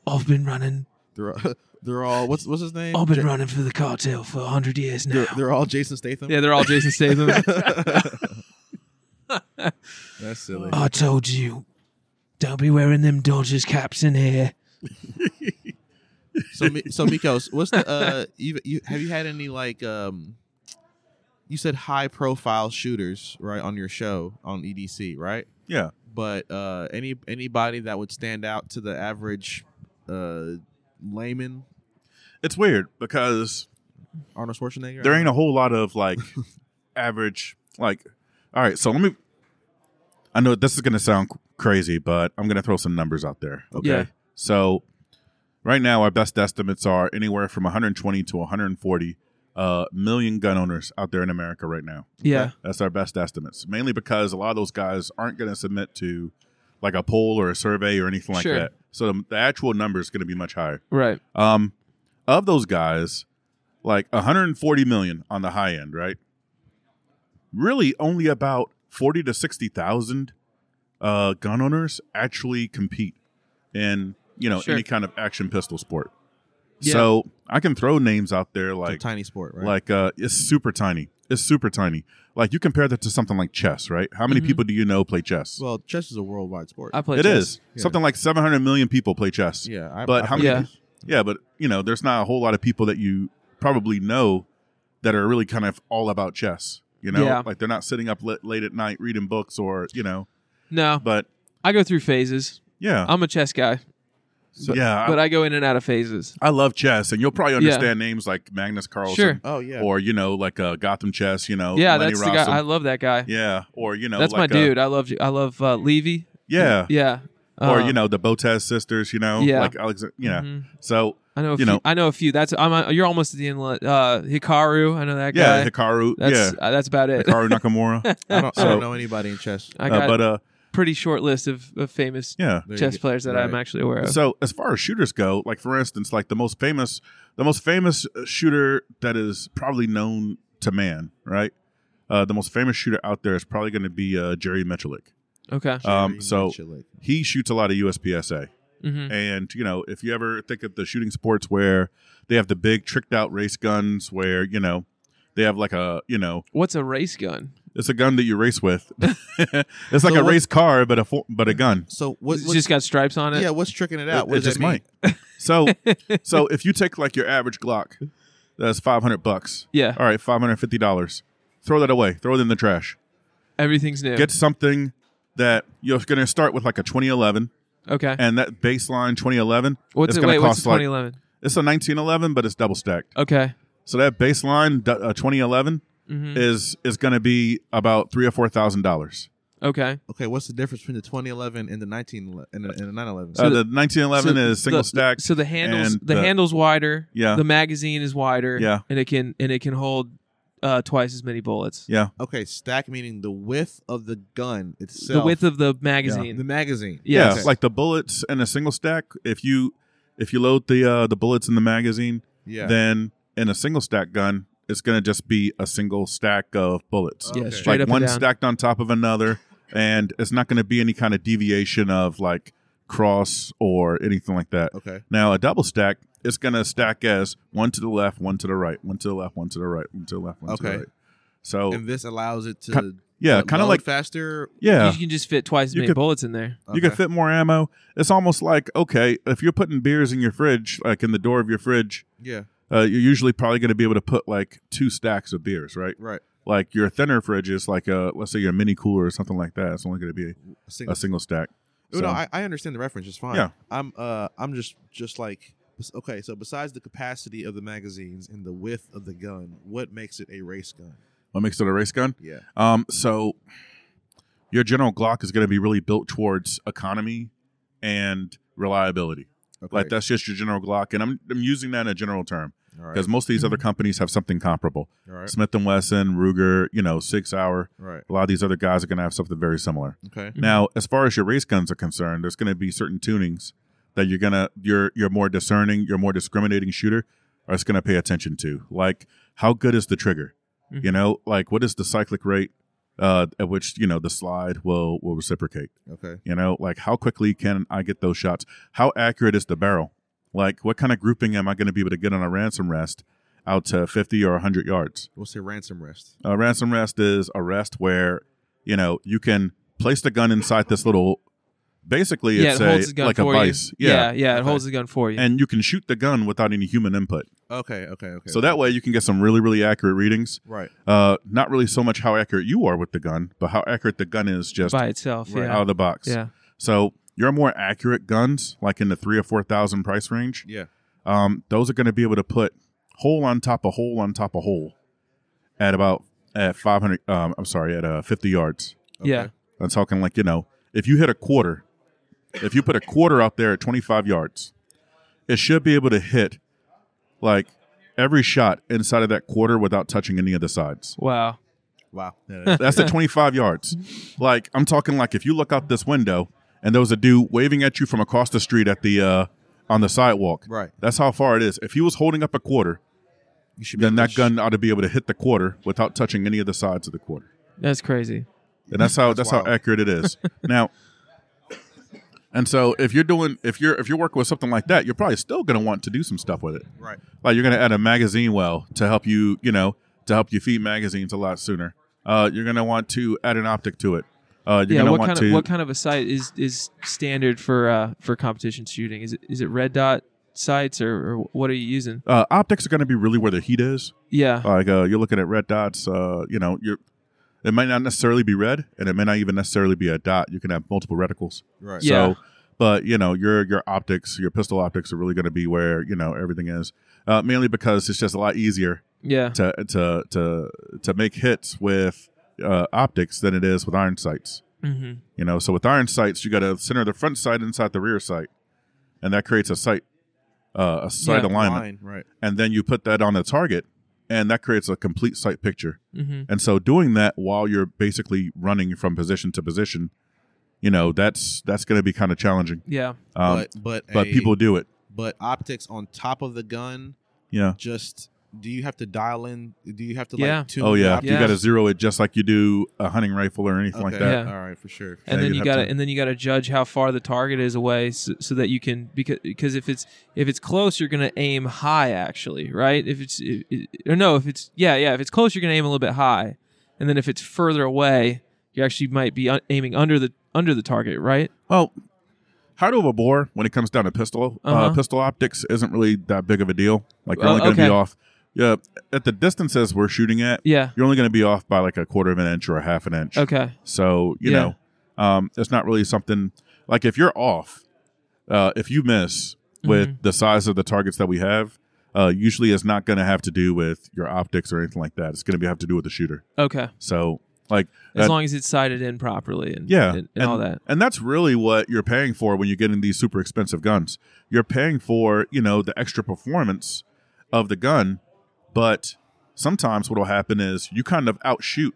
Speaker 6: I've been running.
Speaker 7: They're they're all what's what's his name?
Speaker 6: I've been
Speaker 7: Ja-
Speaker 6: running for the cartel for hundred years now.
Speaker 7: they're, they're all Jason Statham.
Speaker 6: yeah, they're all Jason Statham.
Speaker 7: That's silly.
Speaker 6: I told you, don't be wearing them Dodgers caps in here.
Speaker 7: So Mi- so Mikos, what's the uh you, you have you had any like um you said high profile shooters right on your show on EDC right?
Speaker 8: Yeah.
Speaker 7: But uh any anybody that would stand out to the average uh layman
Speaker 8: It's weird because
Speaker 7: Arnold Schwarzenegger?
Speaker 8: there ain't a whole lot of like average like all right so let me i know this is going to sound c- crazy but i'm going to throw some numbers out there okay
Speaker 6: Yeah.
Speaker 8: so right now our best estimates are anywhere from 120 to 140 uh, million gun owners out there in america right now
Speaker 6: Yeah,
Speaker 8: that's our best estimates mainly because a lot of those guys aren't going to submit to like a poll or a survey or anything like
Speaker 6: Sure.
Speaker 8: that so the, the actual number is going to be much higher
Speaker 6: right.
Speaker 8: um, of those guys, like 140 million on the high end, right? Really, only about 40 to 60 thousand uh, gun owners actually compete in you know
Speaker 6: Sure.
Speaker 8: any kind of action pistol sport.
Speaker 6: Yeah.
Speaker 8: So I can throw names out there
Speaker 7: It's a
Speaker 8: like
Speaker 7: tiny sport, right?
Speaker 8: like uh, it's super tiny. It's super tiny. Like you compare that to something like chess, right? How many
Speaker 6: Mhm.
Speaker 8: people do you know play chess?
Speaker 7: well, chess is a worldwide sport.
Speaker 6: I play.
Speaker 8: It is
Speaker 6: chess.
Speaker 7: Yeah.
Speaker 8: something like 700 million people play chess.
Speaker 7: yeah, I,
Speaker 8: but
Speaker 7: I
Speaker 8: how
Speaker 7: play
Speaker 6: many-
Speaker 7: chess.
Speaker 8: Yeah, but you know, there's not a whole lot of people that you probably know that are really kind of all about chess. You know,
Speaker 6: Yeah.
Speaker 8: like they're not sitting up late, late at night reading books or you know.
Speaker 6: No,
Speaker 8: But
Speaker 6: I go through phases.
Speaker 8: yeah,
Speaker 6: I'm a chess guy,
Speaker 8: so- yeah,
Speaker 6: Uh, but I go in and out of phases.
Speaker 8: I, I love chess, and you'll probably
Speaker 6: Yeah.
Speaker 8: understand names like Magnus Carlsen,
Speaker 6: Sure.
Speaker 7: Oh yeah.
Speaker 8: or you know, like uh, Gotham Chess. You know,
Speaker 6: yeah,
Speaker 8: Lenny
Speaker 6: that's the guy.
Speaker 8: Rossum.
Speaker 6: I love that guy.
Speaker 8: yeah, or you know,
Speaker 6: that's
Speaker 8: like
Speaker 6: my
Speaker 8: uh,
Speaker 6: dude. I love. I love uh, Levy.
Speaker 8: yeah,
Speaker 6: Yeah.
Speaker 8: or
Speaker 6: Um,
Speaker 8: you know, the Botes sisters. You know,
Speaker 6: yeah.
Speaker 8: like Alex. You know,
Speaker 6: mhm.
Speaker 8: so
Speaker 6: I know. A
Speaker 8: you
Speaker 6: few,
Speaker 8: know.
Speaker 6: I know a few. That's. I'm. A, you're almost at the end. Uh, Hikaru. I know that guy.
Speaker 8: yeah, Hikaru.
Speaker 6: that's
Speaker 8: yeah,
Speaker 6: uh, that's about it.
Speaker 8: Hikaru Nakamura. uh,
Speaker 7: I, don't, I don't
Speaker 8: so-
Speaker 7: know anybody in chess.
Speaker 6: I got
Speaker 8: but uh,
Speaker 6: a pretty short list of, of famous
Speaker 8: yeah,
Speaker 7: There you
Speaker 6: chess
Speaker 7: go.
Speaker 6: players that I'm
Speaker 7: Right.
Speaker 6: actually aware of.
Speaker 8: So as far as shooters go, like for instance, like the most famous, the most famous uh, shooter that is probably known to man, right? Uh, the most famous shooter out there is probably going to be uh, Jerry Michalik.
Speaker 6: okay.
Speaker 8: Um,
Speaker 7: Jerry
Speaker 8: so
Speaker 7: Mitchell.
Speaker 8: he shoots a lot of USPSA,
Speaker 6: hmm
Speaker 8: and you know, if you ever think of the shooting sports where they have the big tricked out race guns, where you know they have like a you know
Speaker 6: What's a race gun?
Speaker 8: it's a gun that you race with. it's like
Speaker 7: So
Speaker 8: a
Speaker 7: what-
Speaker 8: race car, but a fo- but a gun.
Speaker 7: So what?
Speaker 6: it's
Speaker 7: what's-
Speaker 6: just got stripes on it.
Speaker 7: yeah, what's tricking it out?
Speaker 8: It-
Speaker 7: What
Speaker 8: it
Speaker 7: does that
Speaker 8: just
Speaker 7: mean?
Speaker 8: might. So, so if you take like your average Glock, that's five hundred bucks.
Speaker 6: Yeah.
Speaker 8: All right, five hundred fifty dollars. Throw that away. Throw it in the trash.
Speaker 6: Everything's new.
Speaker 8: Get something that you're going to start with like a 2011,
Speaker 6: okay.
Speaker 8: and that baseline 2011.
Speaker 6: What's
Speaker 8: it's
Speaker 6: it?
Speaker 8: gonna
Speaker 6: Wait. What's
Speaker 8: cost
Speaker 6: the
Speaker 8: like
Speaker 6: 2011?
Speaker 8: it's a 1911, but it's double stacked.
Speaker 6: Okay.
Speaker 8: So that baseline du- uh, 2011
Speaker 6: hmm
Speaker 8: is is going to be about three or four thousand dollars.
Speaker 6: Okay.
Speaker 7: Okay, what's the difference between the 2011 and the 19 and the, and the 911?
Speaker 8: Uh, the 1911
Speaker 6: so
Speaker 8: is single
Speaker 6: the-
Speaker 8: stacked.
Speaker 6: So the handles,
Speaker 8: and
Speaker 6: the,
Speaker 8: the-
Speaker 6: handles wider.
Speaker 8: Yeah.
Speaker 6: The magazine is wider.
Speaker 8: Yeah.
Speaker 6: And it can and it can hold uh, twice as many bullets.
Speaker 8: yeah,
Speaker 7: okay, stack meaning the width of the gun itself.
Speaker 6: The width of the
Speaker 7: the
Speaker 6: magazine.
Speaker 7: magazine.
Speaker 8: yeah,
Speaker 6: Yes.
Speaker 7: Okay.
Speaker 8: like the bullets in a single stack. If you if you load the uh, the bullets in the magazine,
Speaker 7: yeah.
Speaker 8: then in a single stack gun, it's going to just be a single stack of bullets.
Speaker 7: Okay.
Speaker 6: Yeah. Straight
Speaker 8: like
Speaker 6: up
Speaker 8: one
Speaker 6: and down.
Speaker 8: stacked on top of another, and it's not going to be any kind of deviation of like cross or anything like that.
Speaker 7: okay.
Speaker 8: Now, a double stack it's going to stack as one to the left, one to the right, one to the left, one to the right, one to the left, one to
Speaker 7: Okay.
Speaker 8: the right. So,
Speaker 7: And this allows it to
Speaker 8: Cut- Oh. yeah,
Speaker 7: uh,
Speaker 8: kind of
Speaker 7: load
Speaker 8: like,
Speaker 7: faster.
Speaker 8: yeah.
Speaker 6: You can just fit twice as
Speaker 8: You
Speaker 6: many
Speaker 8: could-
Speaker 6: bullets in there.
Speaker 8: You can
Speaker 7: Okay.
Speaker 8: fit more ammo. It's almost like okay, if you're putting beers in your fridge, like in the door of your fridge,
Speaker 7: Yeah.
Speaker 8: uh, you're usually probably going to be able to put like two stacks of beers, right?
Speaker 7: Right.
Speaker 8: like your thinner fridge is like a let's say your mini cooler or something like that. It's only going to be
Speaker 7: A single. Oh,
Speaker 8: a single stack.
Speaker 7: No, no,
Speaker 8: so-
Speaker 7: I, I understand the reference. It's fine.
Speaker 8: Yeah.
Speaker 7: I'm. Uh. I'm just. Just like. Okay. So besides the capacity of the magazines and the width of the gun, what makes it a race gun?
Speaker 8: What makes it a race gun?
Speaker 7: Yeah.
Speaker 8: Um, so your general Glock is going to be really built towards economy and reliability.
Speaker 7: Okay.
Speaker 8: Like that's just your general Glock, and I'm I'm using that in a general term
Speaker 7: All right.
Speaker 8: because most of these other companies have something comparable.
Speaker 7: All right.
Speaker 8: Smith and Wesson, Ruger, you know, Six Hour.
Speaker 7: All right.
Speaker 8: A lot of these other guys are going to have something very similar.
Speaker 7: Okay.
Speaker 6: Mhm.
Speaker 8: Now, as far as your race guns are concerned, there's going to be certain tunings that you're gonna you're you're more discerning, you're more discriminating shooter are just going to pay attention to. Like how good is the trigger?
Speaker 6: Mhm.
Speaker 8: You know, like what is the cyclic rate? uh, at which you know the slide will will reciprocate.
Speaker 7: Okay.
Speaker 8: You know, like how quickly can I get those shots? How accurate is the barrel? Like what kind of grouping am I going to be able to get on a ransom rest out to 50 or 100 yards?
Speaker 7: We'll say ransom rest.
Speaker 8: A ransom rest is a rest where, you know, you can place the gun inside this little basically
Speaker 6: yeah,
Speaker 8: it's
Speaker 6: it holds his
Speaker 8: a
Speaker 6: gun
Speaker 8: like a
Speaker 6: for
Speaker 8: vice.
Speaker 6: you. yeah, it
Speaker 7: okay.
Speaker 6: holds the gun for you.
Speaker 8: And you can shoot the gun without any human input.
Speaker 7: Okay. Okay. Okay.
Speaker 8: So that way you can get some really really accurate readings.
Speaker 7: Right.
Speaker 8: Uh not really so much how accurate you are with the gun, but how accurate the gun is just
Speaker 6: by itself,
Speaker 8: right out
Speaker 6: yeah,
Speaker 8: of the box.
Speaker 6: yeah.
Speaker 8: So your more accurate guns, like in the three or four thousand price range,
Speaker 7: Yeah.
Speaker 8: um, those are going to be able to put hole on top of hole on top of hole at about at five hundred. Um, I'm sorry, at uh, fifty yards.
Speaker 6: Yeah.
Speaker 8: I'm talking like you know, if you hit a quarter, if you put a quarter out there at twenty five yards, it should be able to hit like every shot inside of that quarter without touching any of the sides.
Speaker 6: Wow.
Speaker 7: Wow. Yeah,
Speaker 8: That's at 25 yards. Like I'm talking like if you look out this window and there was a dude waving at you from across the street at the uh on the sidewalk.
Speaker 7: Right.
Speaker 8: That's how far it is. If he was holding up a quarter,
Speaker 7: you should be
Speaker 8: then
Speaker 7: able
Speaker 8: that
Speaker 7: to sh-
Speaker 8: gun ought to be able to hit the quarter without touching any of the sides of the quarter.
Speaker 6: That's crazy.
Speaker 8: And that's how that's,
Speaker 7: That's
Speaker 8: how
Speaker 7: wild.
Speaker 8: accurate it is. now and so if you're doing if you're if you're working with something like that, you're probably still gonna want to do some stuff with it.
Speaker 7: Right.
Speaker 8: Like you're gonna add a magazine well to help you, you know, to help you feed magazines a lot sooner. Uh, you're gonna want to add an optic to it. Uh, you're
Speaker 6: yeah.
Speaker 8: gonna
Speaker 6: What
Speaker 8: want
Speaker 6: kind
Speaker 8: to
Speaker 6: of what kind of a sight is is standard for uh for competition shooting? Is it is it red dot sights or, or what are you using?
Speaker 8: uh, optics are gonna be really where the heat is.
Speaker 6: Yeah.
Speaker 8: Like uh, you're looking at red dots. Uh, you know, you're it might not necessarily be red, and it may not even necessarily be a dot. You can have multiple reticles.
Speaker 7: Right.
Speaker 6: Yeah.
Speaker 8: So, but you know, your your optics, your pistol optics, are really gonna be where you know everything is. Uh, mainly because it's just a lot easier
Speaker 6: yeah.
Speaker 8: to to to to make hits with uh, optics than it is with iron sights.
Speaker 6: hmm
Speaker 8: You know, so with iron sights, you got to center the front sight inside the rear sight, and that creates a sight uh, a sight
Speaker 6: Yeah,
Speaker 8: alignment.
Speaker 7: Line, Right.
Speaker 8: And then you put that on the target, and that creates a complete sight picture.
Speaker 6: hmm
Speaker 8: And so doing that while you're basically running from position to position, you know, that's that's going to be kind of challenging.
Speaker 6: Yeah.
Speaker 8: Um, but
Speaker 7: but but a-
Speaker 8: people do it.
Speaker 7: but optics on top of the gun.
Speaker 8: Yeah.
Speaker 7: Just do you have to dial in? Do you have to
Speaker 6: Yeah.
Speaker 7: like tune
Speaker 8: Oh
Speaker 7: the
Speaker 8: yeah,
Speaker 7: optics?
Speaker 8: you
Speaker 6: Yeah.
Speaker 8: got to zero it just like you do a hunting rifle or anything
Speaker 7: Okay.
Speaker 8: like that.
Speaker 6: Yeah.
Speaker 7: All right. For sure.
Speaker 6: and
Speaker 8: Yeah,
Speaker 6: then
Speaker 8: you'd
Speaker 6: you
Speaker 8: have
Speaker 6: gotta
Speaker 8: to-
Speaker 6: and then you gotta judge how far the target is away so, so that you can because because if it's if it's close you're gonna aim high actually right if it's i i- or no if it's yeah yeah if it's close you're gonna aim a little bit high and then if it's further away you actually might be un- aiming under the under the target right
Speaker 8: Well, hard over bore when it comes down to pistol. uh
Speaker 6: Uh-huh.
Speaker 8: pistol optics isn't really that big of a deal. Like you're
Speaker 6: Oh,
Speaker 8: only going to
Speaker 6: okay.
Speaker 8: be off. Yeah, at the distances we're shooting at,
Speaker 6: yeah
Speaker 8: you're only going to be off by like a quarter of an inch or a half an inch.
Speaker 6: okay
Speaker 8: So you
Speaker 6: Yeah.
Speaker 8: know, um, it's not really something like if you're off, uh, if you miss with
Speaker 6: Mm-hmm.
Speaker 8: the size of the targets that we have. Uh, usually, it's not going to have to do with your optics or anything like that. It's going to have to do with the shooter.
Speaker 6: okay
Speaker 8: So, like,
Speaker 6: as
Speaker 8: that-
Speaker 6: long as it's sighted in properly and
Speaker 8: yeah,
Speaker 6: and, and all that
Speaker 8: And that's really what you're paying for when you're getting these super expensive guns. You're paying for, you know, the extra performance of the gun, but sometimes what'll happen is you kind of outshoot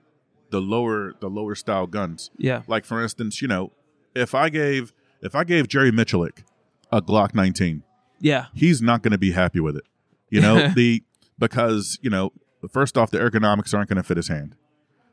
Speaker 8: the lower the lower style guns.
Speaker 6: yeah
Speaker 8: Like for instance, you know, if I gave if I gave Jerry Mitchellick a Glock 19,
Speaker 6: yeah
Speaker 8: he's not going to be happy with it. You know, the because, you know, first off the ergonomics aren't going to fit his hand.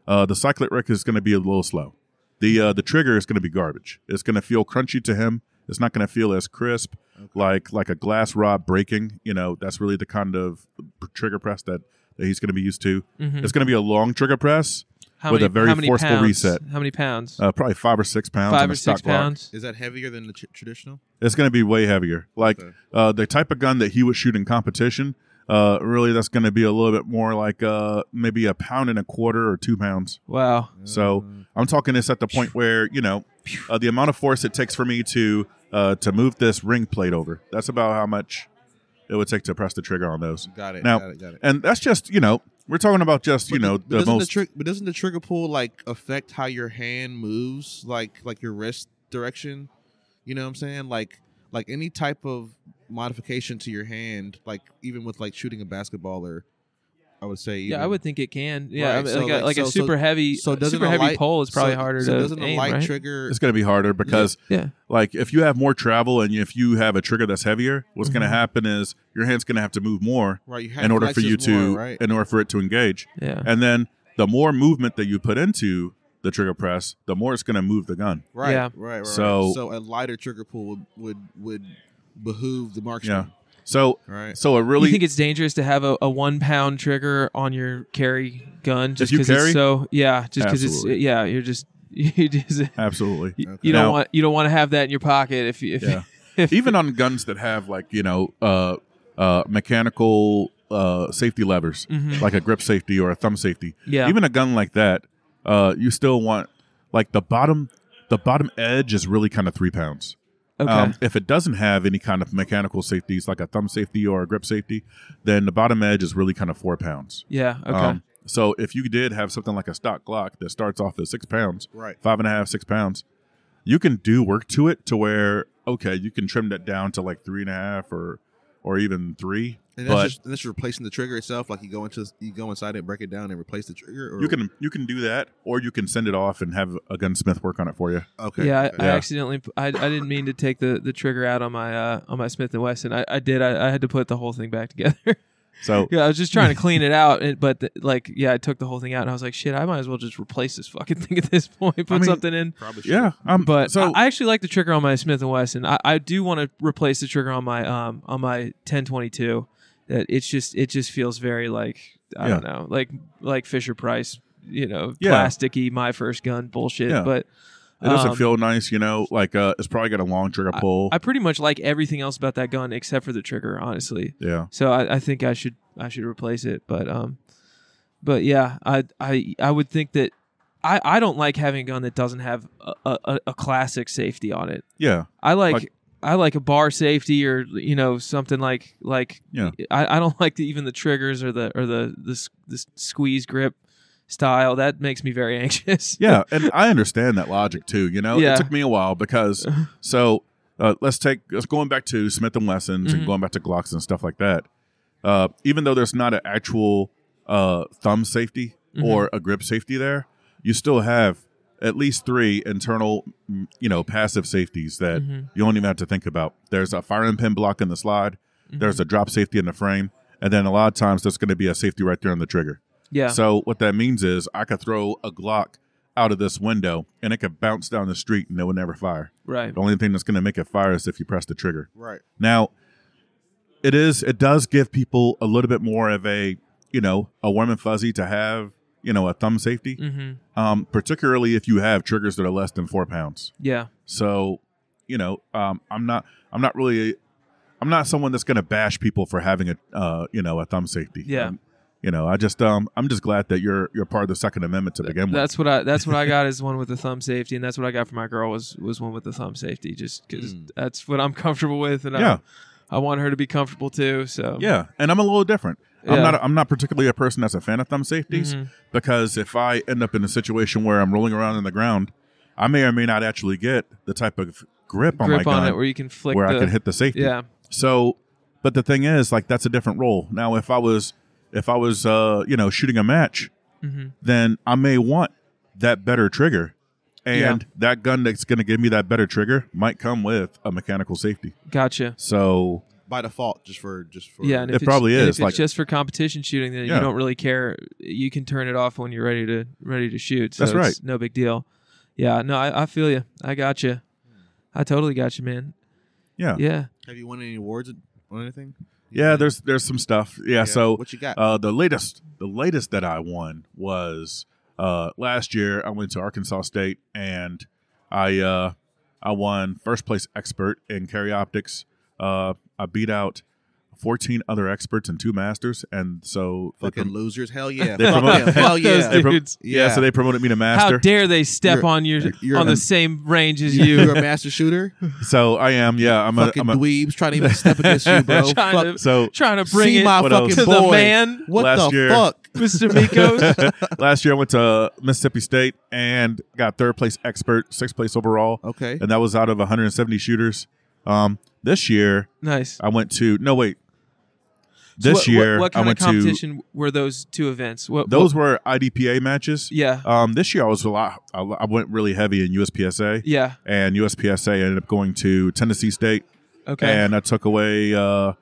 Speaker 8: Uh, the cyclet rec is going to be a little slow. The uh, the trigger is going to be garbage. It's going to feel crunchy to him. It's not going to feel as crisp like like a glass rod breaking, you know, that's really the kind of trigger press that, that he's going to be used to.
Speaker 6: Mhm.
Speaker 8: It's going to be a long trigger press,
Speaker 6: how
Speaker 8: with
Speaker 6: many,
Speaker 8: a very
Speaker 6: how many
Speaker 8: forceful
Speaker 6: pounds,
Speaker 8: reset.
Speaker 6: how many pounds
Speaker 8: uh, probably 5 or 6 pounds
Speaker 6: five
Speaker 8: on a
Speaker 6: or
Speaker 8: stock
Speaker 6: six
Speaker 8: Glock.
Speaker 6: pounds
Speaker 7: Is that heavier than the tr- traditional?
Speaker 8: It's going to be way heavier. Like
Speaker 7: Okay.
Speaker 8: uh, the type of gun that he would shoot in competition, uh, really, that's going to be a little bit more like uh, maybe a pound and a quarter or two pounds.
Speaker 6: wow
Speaker 7: Mm-hmm.
Speaker 8: So
Speaker 7: Mm,
Speaker 8: I'm talking this at the point where you know uh, the amount of force it takes for me to uh, to move this ring plate over. That's about how much it would take to press the trigger on those.
Speaker 7: Got it.
Speaker 8: Now-
Speaker 7: got it. Got it.
Speaker 8: And that's just you know we're talking about just you
Speaker 7: But
Speaker 8: know
Speaker 7: but
Speaker 8: the
Speaker 7: doesn't
Speaker 8: most.
Speaker 7: tri- but doesn't the trigger pull like affect how your hand moves, like like your wrist direction? You know what I'm saying? Like like any type of modification to your hand, like even with like shooting a basketball or I would say even,
Speaker 6: Yeah, I would think it can. Yeah, I
Speaker 7: Right,
Speaker 6: mean,
Speaker 7: so
Speaker 6: like,
Speaker 7: like-
Speaker 6: a, like a
Speaker 7: so- so-
Speaker 6: super heavy,
Speaker 7: so
Speaker 6: so
Speaker 7: doesn't
Speaker 6: super
Speaker 7: a
Speaker 6: heavy
Speaker 7: light-
Speaker 6: pole is probably
Speaker 7: so,
Speaker 6: harder
Speaker 7: so
Speaker 6: to
Speaker 7: doesn't
Speaker 6: aim,
Speaker 7: a light
Speaker 6: right?
Speaker 7: trigger
Speaker 8: it's going to be harder because
Speaker 6: yeah,
Speaker 8: like if you have more travel and if you have a trigger that's heavier, what's
Speaker 7: Mm-hmm.
Speaker 8: going to happen is your hand's going to have to move more
Speaker 7: right, your hand
Speaker 8: in order for
Speaker 7: flexes
Speaker 8: you to
Speaker 7: more, right?
Speaker 8: in order for it to engage
Speaker 6: yeah,
Speaker 8: and then the more movement that you put into the trigger press, the more it's going to move the gun.
Speaker 7: Right,
Speaker 6: Yeah.
Speaker 7: right, right, right.
Speaker 8: So-
Speaker 7: so a lighter trigger pull would would, would behoove the
Speaker 8: Yeah.
Speaker 7: marksman.
Speaker 8: So
Speaker 7: Right.
Speaker 8: so it really
Speaker 6: you think it's dangerous to have a, a one pound trigger on your carry gun just
Speaker 8: you
Speaker 6: because
Speaker 8: carry?
Speaker 6: it's so yeah just because it's
Speaker 8: Absolutely.
Speaker 6: yeah you're just you just
Speaker 8: absolutely.
Speaker 6: you,
Speaker 7: Okay.
Speaker 6: you don't
Speaker 8: Now-
Speaker 6: want you don't want to have that in your pocket if you if
Speaker 8: Yeah.
Speaker 6: if,
Speaker 8: Even on guns that have like you know uh, uh, mechanical uh, safety levers,
Speaker 6: Mhm.
Speaker 8: like a grip safety or a thumb safety.
Speaker 6: Yeah.
Speaker 8: Even a gun like that, uh, you still want like the bottom the bottom edge is really kind of three pounds.
Speaker 6: okay
Speaker 8: Um, if it doesn't have any kind of mechanical safeties, like a thumb safety or a grip safety, then the bottom edge is really kind of four pounds.
Speaker 6: yeah okay
Speaker 8: Um, so if you did have something like a stock Glock that starts off at six pounds,
Speaker 7: Right.
Speaker 8: five and a half, six pounds, you can do work to it to where okay, you can trim that down to like three and a half or or even three,
Speaker 7: And that's
Speaker 8: but
Speaker 7: just and that's replacing the trigger itself. Like you go into you go inside it, break it down, and replace the trigger. Or,
Speaker 8: you can you can do that, or you can send it off and have a gunsmith work on it for you.
Speaker 7: okay.
Speaker 6: yeah, I, I
Speaker 8: Yeah.
Speaker 6: accidentally I, I didn't mean to take the, the trigger out on my uh, on my Smith and Wesson. I, I did. I, I had to put the whole thing back together.
Speaker 8: So
Speaker 6: yeah, I was just trying to clean it out, and- but th- like yeah, I took the whole thing out and I was like, shit, I might as well just replace this fucking thing at this point. Put
Speaker 8: mean,
Speaker 6: something in.
Speaker 7: probably. Should.
Speaker 8: yeah, um,
Speaker 6: But
Speaker 8: so
Speaker 6: I, I actually like the trigger on my Smith and Wesson. I, I do want to replace the trigger on my um on my 1022. That it's just it just feels very like I
Speaker 8: Yeah.
Speaker 6: don't know like like Fisher Price you know
Speaker 8: Yeah.
Speaker 6: plasticky my first gun bullshit.
Speaker 8: Yeah.
Speaker 6: But
Speaker 8: it doesn't
Speaker 6: um,
Speaker 8: feel nice, you know. Like uh, it's probably got a long trigger pull.
Speaker 6: I pretty much like everything else about that gun except for the trigger, honestly.
Speaker 8: yeah,
Speaker 6: So I, I think I should I should replace it. But um, but yeah, I I I would think that I I don't like having a gun that doesn't have a, a, a classic safety on it.
Speaker 8: yeah.
Speaker 6: I like.
Speaker 8: Like-
Speaker 6: I like a bar safety or you know something like like
Speaker 8: Yeah.
Speaker 6: I, I don't like the, even the triggers or the or the the, s- the s- squeeze grip style that makes me very anxious.
Speaker 8: yeah, and I understand that logic too. You know,
Speaker 6: Yeah.
Speaker 8: it took me a while because so uh, let's take let's going back to Smith and Wessons and going back to Glocks and stuff like that. Uh, even though there's not an actual uh, thumb safety or a grip safety there, you still have at least three internal, mm, you know, passive safeties that
Speaker 6: Mm-hmm.
Speaker 8: you don't even have to think about. There's a firing pin block in the slide. There's a drop safety in the frame, and then a lot of times there's going to be a safety right there on the trigger.
Speaker 6: yeah.
Speaker 8: So what that means is I could throw a Glock out of this window and it could bounce down the street and it would never fire.
Speaker 6: right.
Speaker 8: The only thing that's going to make it fire is if you press the trigger.
Speaker 7: Right.
Speaker 8: Now, it is it does give people a little bit more of a you know a warm and fuzzy to have you know a thumb safety,
Speaker 6: Mm-hmm.
Speaker 8: um, particularly if you have triggers that are less than four pounds.
Speaker 6: Yeah.
Speaker 8: So you know um, I'm not I'm not really I'm not someone that's going to bash people for having a uh, you know a thumb safety.
Speaker 6: Yeah.
Speaker 8: Um, you know, I just um I'm just glad that you're you're part of the Second Amendment to begin with.
Speaker 6: That's what I. That's what I got is one with the thumb safety, and that's what I got for my girl was was one with the thumb safety, just because that's what I'm comfortable with, and
Speaker 8: Mm. Yeah.
Speaker 6: I, I want her to be comfortable too. So
Speaker 8: Yeah, and I'm a little different. I'm
Speaker 6: Yeah. Mm-hmm.
Speaker 8: not. I'm not particularly a person that's a fan of thumb safeties because if I end up in a situation where I'm rolling around on the ground, I may or may not actually get the type of grip, on Oh my
Speaker 6: grip on
Speaker 8: gun
Speaker 6: it where you can flick
Speaker 8: where
Speaker 6: the.
Speaker 8: I can hit the safety.
Speaker 6: yeah,
Speaker 8: So, but the thing is, like, that's a different role. Now, if I was, if I was, uh, you know, shooting a match, then I may want that better trigger, and that gun that's going to give me that better trigger might come with a mechanical safety.
Speaker 6: gotcha.
Speaker 8: So
Speaker 7: By default, just for just for
Speaker 6: Yeah, and
Speaker 8: It
Speaker 6: if it's-
Speaker 8: probably
Speaker 6: and
Speaker 8: is,
Speaker 6: if it's
Speaker 8: like-
Speaker 6: just for competition shooting, then
Speaker 8: Yeah.
Speaker 6: you don't really care. You can turn it off when you're ready to ready to shoot. So
Speaker 8: That's
Speaker 6: it's
Speaker 8: right.
Speaker 6: No big deal. Yeah. No, I, I feel you. I got you. I totally got you, man.
Speaker 8: yeah, yeah,
Speaker 6: Yeah.
Speaker 7: Have you won any awards on anything?
Speaker 8: there's there's some stuff. Yeah, so
Speaker 7: what you got?
Speaker 8: Uh, the latest, the latest that I won was uh, last year. I went to Arkansas State and I uh, I won first place expert in carry optics. Uh, I beat out fourteen other experts and two masters, and so they
Speaker 7: Fucking
Speaker 8: prom-
Speaker 7: losers. Hell yeah.
Speaker 8: They
Speaker 7: Fuck
Speaker 8: promote-
Speaker 7: them. Hell
Speaker 6: Those
Speaker 7: yeah.
Speaker 8: they prom-
Speaker 6: dudes.
Speaker 8: yeah.
Speaker 7: Yeah.
Speaker 8: So they promoted me to master.
Speaker 6: How dare they step
Speaker 7: You're-
Speaker 6: on your
Speaker 7: you're
Speaker 6: on
Speaker 7: an-
Speaker 6: the same range as
Speaker 7: You're
Speaker 6: you?
Speaker 7: a master shooter.
Speaker 8: so I am. Yeah, I'm a.
Speaker 7: fucking
Speaker 8: I'm a
Speaker 7: dweebs trying to even step against you, bro.
Speaker 8: Oh,
Speaker 6: Trying
Speaker 7: Fuck.
Speaker 6: to-
Speaker 8: so
Speaker 6: trying to bring
Speaker 7: See
Speaker 6: it
Speaker 7: my
Speaker 8: What
Speaker 7: fucking
Speaker 8: else?
Speaker 6: to the
Speaker 7: boy.
Speaker 6: man,
Speaker 7: What
Speaker 8: Last
Speaker 7: the
Speaker 8: year-
Speaker 7: fuck?
Speaker 6: Mr. Mikos.
Speaker 8: last year I went to Mississippi State and got third place expert, sixth place overall.
Speaker 7: Okay.
Speaker 8: and that was out of 170 shooters. Um, this year
Speaker 6: nice.
Speaker 8: I went to no wait.
Speaker 6: So
Speaker 8: This
Speaker 6: what,
Speaker 8: year
Speaker 6: what, what kind
Speaker 8: I went
Speaker 6: of competition were those two events? What
Speaker 8: to those
Speaker 6: what-
Speaker 8: were IDPA matches.
Speaker 6: yeah,
Speaker 8: Um, this year I was a lot. I, I went really heavy in USPSA,
Speaker 6: yeah.
Speaker 8: and USPSA ended up going to Tennessee State,
Speaker 6: Okay,
Speaker 8: and I took away. Uh,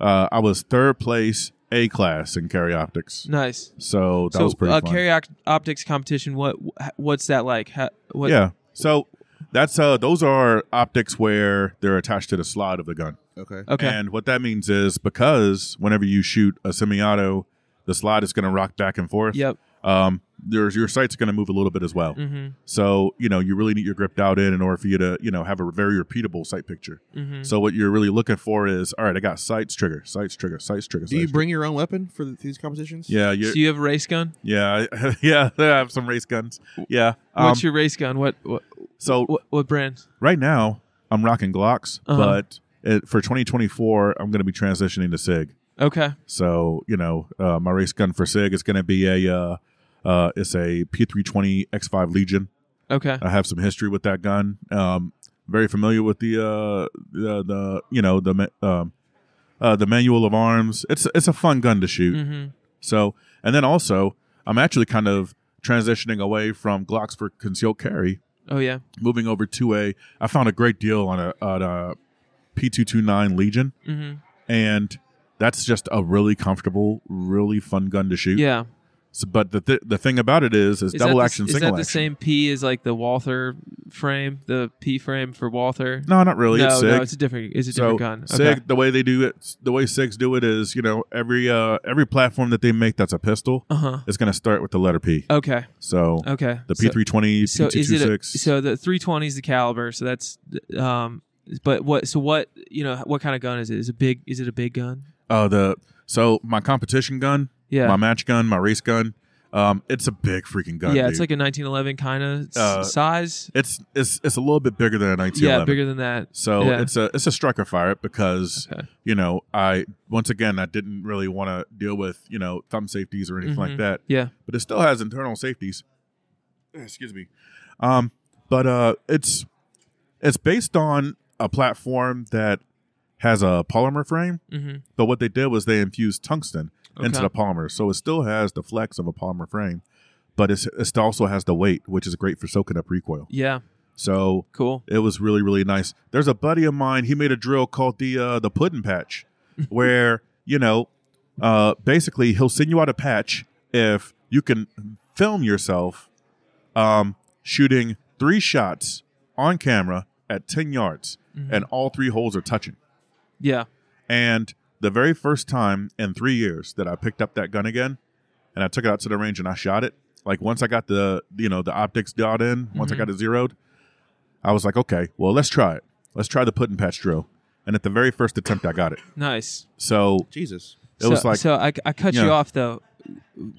Speaker 8: uh, I was third place A class in karyoptics.
Speaker 6: Nice.
Speaker 8: So that
Speaker 6: so
Speaker 8: was pretty
Speaker 6: uh,
Speaker 8: fun.
Speaker 6: carry optics competition. What wh- what's that like? How, what,
Speaker 8: yeah. So that's uh those are optics where they're attached to the slide of the gun.
Speaker 7: Okay.
Speaker 6: Okay.
Speaker 8: And what that means is because whenever you shoot a semi-auto, the slide is going to rock back and forth.
Speaker 6: yep.
Speaker 8: Um, there's your sight's going to move a little bit as well.
Speaker 6: Mm-hmm.
Speaker 8: So you know you really need your grip dialed in in order for you to you know have a very repeatable sight picture.
Speaker 6: Mm-hmm.
Speaker 8: So what you're really looking for is all right. I got sights trigger, sights trigger, sights trigger.
Speaker 7: Do you
Speaker 8: sights
Speaker 7: bring your own weapon for the, these competitions?
Speaker 8: trigger. Yeah, you're,
Speaker 6: So you have a race gun.
Speaker 8: yeah, yeah. I have some race guns. Yeah. Um,
Speaker 6: what's your race gun? What what
Speaker 8: so
Speaker 6: what, what brand?
Speaker 8: right now I'm rocking Glocks,
Speaker 6: Uh-huh.
Speaker 8: but it, for 2024 I'm going to be transitioning to Sig.
Speaker 6: Okay.
Speaker 8: So you know uh, my race gun for Sig is going to be a uh, uh, it's a P320 X5 Legion.
Speaker 6: Okay.
Speaker 8: I have some history with that gun. Um, very familiar with the uh, the, the you know the ma- um, uh, the manual of arms. It's it's a fun gun to shoot.
Speaker 6: Mm-hmm.
Speaker 8: So and then also I'm actually kind of transitioning away from Glocks for concealed carry
Speaker 6: Oh yeah.
Speaker 8: moving over to a I found a great deal on a on a P229 Legion
Speaker 6: Mm-hmm.
Speaker 8: and that's just a really comfortable, really fun gun to shoot.
Speaker 6: Yeah.
Speaker 8: So, but the th- the thing about it is is,
Speaker 6: Is
Speaker 8: double
Speaker 6: that
Speaker 8: action
Speaker 6: the, Is
Speaker 8: single
Speaker 6: that the
Speaker 8: action.
Speaker 6: same P as like the Walther frame? The P frame for Walther?
Speaker 8: No, not really.
Speaker 6: no,
Speaker 8: it's Sig.
Speaker 6: no, it's a different. It's a different
Speaker 8: so
Speaker 6: gun.
Speaker 8: Sig, the way they do it, the way Sigs do it is, you know, every uh every platform that they make that's a pistol
Speaker 6: Uh huh.
Speaker 8: is going to start with the letter P.
Speaker 6: Okay.
Speaker 8: So
Speaker 6: Okay.
Speaker 8: the
Speaker 6: Oh, So-
Speaker 8: P320,
Speaker 6: so is it a,
Speaker 8: P226.
Speaker 6: so the 320 is the caliber so that's um but what so what you know what kind of gun is it is it big is it a big gun
Speaker 8: uh, the so my competition gun,
Speaker 6: yeah
Speaker 8: my match gun, my race gun, um, it's a big freaking gun.
Speaker 6: yeah
Speaker 8: dude.
Speaker 6: it's like a 1911 kind of
Speaker 8: Uh,
Speaker 6: size
Speaker 8: It's it's it's a little bit bigger than a 1911.
Speaker 6: yeah bigger than that
Speaker 8: So
Speaker 6: yeah.
Speaker 8: it's a it's a striker fire because
Speaker 6: Okay.
Speaker 8: you know I once again I didn't really want to deal with you know thumb safeties or anything
Speaker 6: Mhm.
Speaker 8: like that,
Speaker 6: yeah
Speaker 8: but it still has internal safeties. Eh, Excuse me. Um, but uh, it's it's based on a platform that has a polymer frame,
Speaker 6: mm-hmm.
Speaker 8: but what they did was they infused tungsten into
Speaker 6: Okay.
Speaker 8: the polymer, so it still has the flex of a polymer frame, but it's, it also has the weight, which is great for soaking up recoil.
Speaker 6: yeah
Speaker 8: So
Speaker 6: cool
Speaker 8: it was really, really nice. There's a buddy of mine. He made a drill called the uh, the pudding patch, where you know, uh, basically he'll send you out a patch if you can film yourself um, shooting three shots on camera at ten yards,
Speaker 6: Mhm.
Speaker 8: and all three holes are touching.
Speaker 6: yeah
Speaker 8: And the very first time in three years that I picked up that gun again, and I took it out to the range and I shot it. Like once I got the you know the optics dialed in, once
Speaker 6: Mhm.
Speaker 8: I got it zeroed, I was like, okay, well let's try it. Let's try the pudding patch drill. And at the very first attempt, I got it.
Speaker 6: nice
Speaker 8: So
Speaker 7: Jesus.
Speaker 8: it was
Speaker 6: so,
Speaker 8: like
Speaker 6: so I, I cut you
Speaker 8: Yeah.
Speaker 6: off though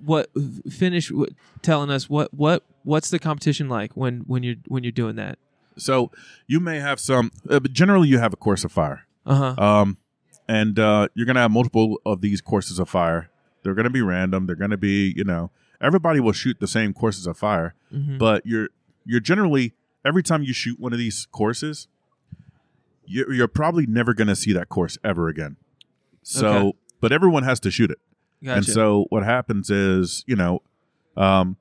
Speaker 6: what finish w- telling us what what what's the competition like when when you're when you're doing that
Speaker 8: so you may have some, uh, but generally you have a course of fire.
Speaker 6: uh-huh
Speaker 8: Um, and uh, you're gonna have multiple of these courses of fire. They're gonna be random. They're gonna be you know everybody will shoot the same courses of fire,
Speaker 6: Mhm.
Speaker 8: but you're you're generally every time you shoot one of these courses, you're, you're probably never gonna see that course ever again. So,
Speaker 6: Okay.
Speaker 8: but everyone has to shoot it.
Speaker 6: gotcha
Speaker 8: And so what happens is, you know, um,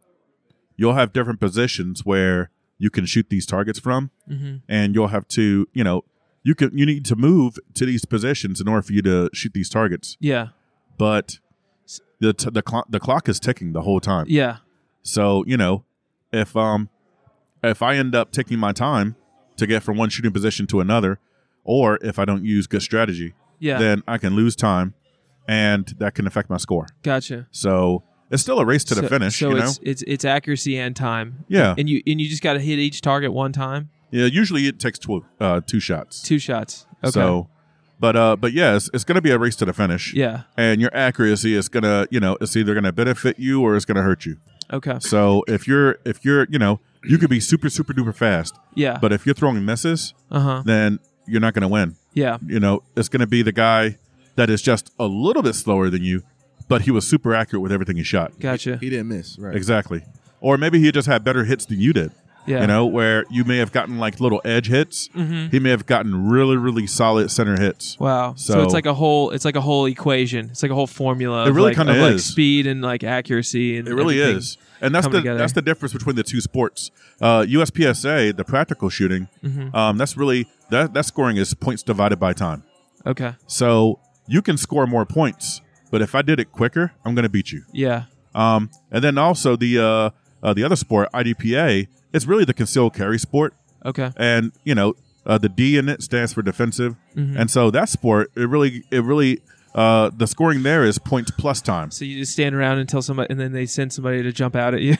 Speaker 8: you'll have different positions where you can shoot these targets from,
Speaker 6: hmm
Speaker 8: and you'll have to, you know, you can you need to move to these positions in order for you to shoot these targets.
Speaker 6: yeah
Speaker 8: But the t- the clock the clock is ticking the whole time.
Speaker 6: yeah
Speaker 8: So you know, if um, if I end up taking my time to get from one shooting position to another, or if I don't use good strategy,
Speaker 6: yeah
Speaker 8: then I can lose time, and that can affect my score.
Speaker 6: gotcha
Speaker 8: So it's still a race to the
Speaker 6: So-
Speaker 8: finish,
Speaker 6: So
Speaker 8: you know.
Speaker 6: it's, it's it's accuracy and time.
Speaker 8: Yeah,
Speaker 6: And you and you just got to hit each target one time,
Speaker 8: yeah. Usually it takes two uh, two shots.
Speaker 6: two shots. Okay.
Speaker 8: So, but uh, but yes, it's going to be a race to the finish.
Speaker 6: yeah.
Speaker 8: And your accuracy is gonna, you know, it's either gonna benefit you or it's gonna hurt you.
Speaker 6: Okay.
Speaker 8: So if you're if you're, you know, you could be super super duper fast,
Speaker 6: Yeah.
Speaker 8: but if you're throwing misses,
Speaker 6: uh huh.
Speaker 8: then you're not gonna win.
Speaker 6: Yeah.
Speaker 8: You know, it's gonna be the guy that is just a little bit slower than you, but he was super accurate with everything he shot.
Speaker 6: Gotcha.
Speaker 7: He didn't miss. Right.
Speaker 8: Exactly. Or maybe he just had better hits than you did.
Speaker 6: Yeah.
Speaker 8: You know, where you may have gotten like little edge hits.
Speaker 6: Mhm.
Speaker 8: He may have gotten really, really solid center hits.
Speaker 6: Wow. So,
Speaker 8: So-
Speaker 6: it's like a whole it's like a whole equation. It's like a whole formula.
Speaker 8: It
Speaker 6: of
Speaker 8: really
Speaker 6: like,
Speaker 8: kinda
Speaker 6: of like
Speaker 8: is.
Speaker 6: speed and like accuracy and
Speaker 8: It really
Speaker 6: everything.
Speaker 8: is, and that's the
Speaker 6: come together.
Speaker 8: that's the difference between the two sports. Uh, USPSA, the practical shooting,
Speaker 6: Mm-hmm.
Speaker 8: um, that's really that that scoring is points divided by time.
Speaker 6: Okay.
Speaker 8: So you can score more points But if I did it quicker, I'm going to beat you.
Speaker 6: Yeah.
Speaker 8: Um, and then also the uh, uh, the other sport, IDPA, it's really the concealed carry sport,
Speaker 6: Okay.
Speaker 8: and you know uh, the D in it stands for defensive,
Speaker 6: Mm-hmm.
Speaker 8: and so that sport it really it really uh, the scoring there is points plus times.
Speaker 6: So you just stand around and tell somebody, and then they send somebody to jump out at you.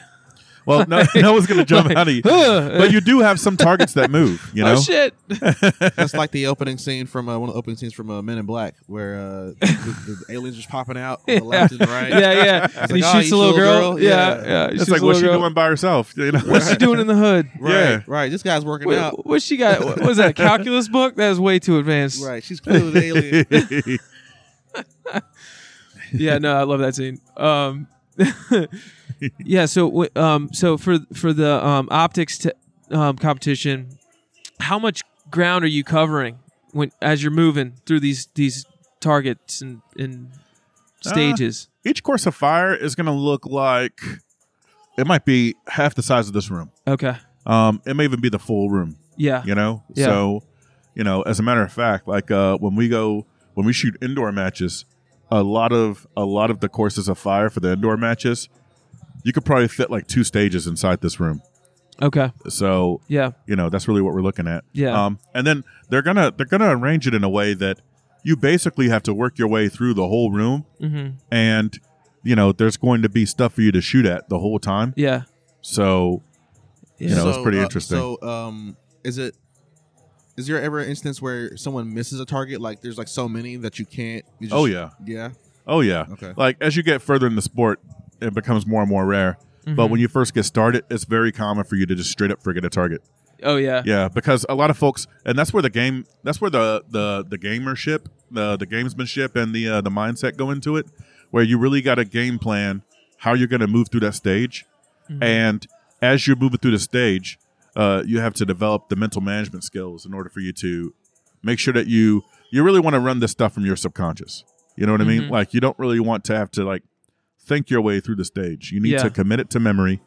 Speaker 8: Well, no, no one's going to jump
Speaker 6: Like,
Speaker 8: out of you,
Speaker 6: "Huh."
Speaker 8: but you do have some targets that move. You know,
Speaker 6: Oh shit!
Speaker 7: That's like the opening scene from uh, one of the opening scenes from uh, Men in Black, where uh, the, the aliens just popping out on the left and right.
Speaker 6: yeah, yeah. And he
Speaker 7: like, "Oh,
Speaker 6: shoots
Speaker 7: you
Speaker 6: a little
Speaker 7: shoot a
Speaker 6: girl.
Speaker 7: girl?"
Speaker 6: Yeah,
Speaker 7: Yeah.
Speaker 6: yeah. he
Speaker 8: it's
Speaker 6: shoots
Speaker 8: like
Speaker 6: a
Speaker 8: what's she
Speaker 6: little girl.
Speaker 8: doing by herself? You know,
Speaker 6: What's she doing in the hood?
Speaker 7: Right,
Speaker 8: Yeah.
Speaker 7: right. This guy's working
Speaker 6: What,
Speaker 7: out.
Speaker 6: what she got? What was that? A calculus book? That was way too advanced.
Speaker 7: Right, she's clearly an alien.
Speaker 6: yeah, no, I love that scene. Um, yeah, so w- um, so for for the um, optics t- um, competition, how much ground are you covering when as you're moving through these these targets and and
Speaker 7: Uh,
Speaker 6: stages?
Speaker 8: Each course of fire is going to look like it might be half the size of this room.
Speaker 6: okay,
Speaker 8: Um, it may even be the full room.
Speaker 6: yeah,
Speaker 8: you know
Speaker 6: Yeah.
Speaker 8: so you know as a matter of fact like uh when we go when we shoot indoor matches a lot of a lot of the courses of fire for the indoor matches you could probably fit like two stages inside this room
Speaker 6: okay,
Speaker 8: so
Speaker 6: yeah,
Speaker 8: you know that's really what we're looking at
Speaker 6: Yeah.
Speaker 8: um and then they're gonna they're gonna arrange it in a way that you basically have to work your way through the whole room
Speaker 6: mm-hmm.
Speaker 8: and you know there's going to be stuff for you to shoot at the whole time
Speaker 6: yeah.
Speaker 8: so you know it's pretty
Speaker 7: uh,
Speaker 8: interesting
Speaker 7: So, um, is it? Is there ever an instance where someone misses a target? Like, there's like so many that you can't. You just,
Speaker 8: oh yeah
Speaker 7: yeah.
Speaker 8: Oh yeah.
Speaker 7: Okay.
Speaker 8: Like as you get further in the sport, it becomes more and more rare. But when you first get started, it's very common for you to just straight up forget a target.
Speaker 6: Oh yeah.
Speaker 8: Yeah, because a lot of folks, and that's where the game, that's where the the the gamership, the the gamesmanship, and the uh, the mindset go into it, where you really got a game plan how you're going to move through that stage, and as you're moving through the stage, uh, you have to develop the mental management skills in order for you to make sure that you you really want to run this stuff from your subconscious. You know what I mean? Like you don't really want to have to like think your way through the stage. You need
Speaker 6: Yeah.
Speaker 8: to commit it to memory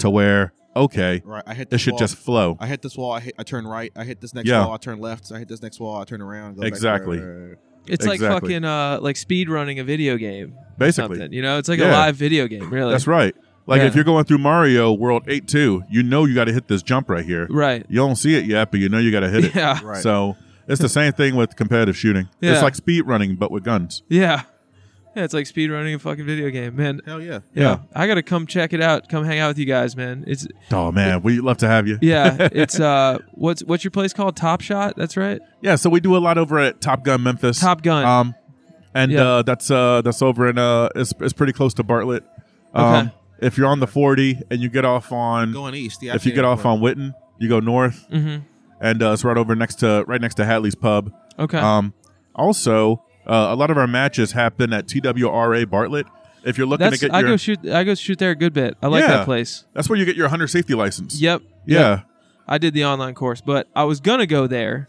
Speaker 8: to where okay,
Speaker 7: Right. I hit. This
Speaker 8: it should
Speaker 7: wall.
Speaker 8: just flow.
Speaker 7: I hit this wall. I hit. I turn right. I hit this next
Speaker 8: Yeah.
Speaker 7: wall. I turn left. I hit this next wall. I turn around. Go
Speaker 8: Exactly.
Speaker 7: Back, right, right, right.
Speaker 6: It's like
Speaker 8: Exactly.
Speaker 6: fucking uh, like speed running a video game. or
Speaker 8: Basically.
Speaker 6: something, you know, it's like a
Speaker 8: Yeah.
Speaker 6: live video game. Really,
Speaker 8: That's right. Like
Speaker 6: Yeah.
Speaker 8: if you're going through Mario World 8 2, you know you got to hit this jump right here.
Speaker 6: Right.
Speaker 8: You don't see it yet, but you know you got to hit it.
Speaker 6: Yeah.
Speaker 7: Right.
Speaker 8: So it's the same thing with competitive shooting.
Speaker 6: Yeah.
Speaker 8: It's like speed running, but with guns.
Speaker 6: Yeah. Yeah, it's like speed running a fucking video game, man.
Speaker 7: Hell yeah.
Speaker 6: Yeah. I gotta come check it out. Come hang out with you guys, man. It's
Speaker 8: Oh, man. We'd love to have you.
Speaker 6: yeah, it's uh what's what's your place called? Top Shot, that's right.
Speaker 8: Yeah, So we do a lot over at Top Gun Memphis.
Speaker 6: Top Gun.
Speaker 8: Um, and
Speaker 6: Yeah.
Speaker 8: uh, that's uh, that's over in, uh, it's, it's pretty close to Bartlett. Um,
Speaker 6: Okay.
Speaker 8: If you're on the 40 and you get off on,
Speaker 7: Going east. Yeah, I've
Speaker 8: if you
Speaker 7: seen
Speaker 8: get
Speaker 7: it
Speaker 8: off
Speaker 7: before.
Speaker 8: on Witten, you go north.
Speaker 6: Mhm.
Speaker 8: And uh, it's right over next to, right next to Hatley's Pub.
Speaker 6: Okay.
Speaker 8: Um, also, uh, a lot of our matches happen at TWRA Bartlett. If you're looking
Speaker 6: that's
Speaker 8: to get
Speaker 6: I
Speaker 8: your,
Speaker 6: go shoot I go shoot there a good bit. I like
Speaker 8: Yeah.
Speaker 6: that place.
Speaker 8: that's where you get your hunter safety license.
Speaker 6: Yep.
Speaker 8: Yeah.
Speaker 6: I did the online course, but I was gonna go there.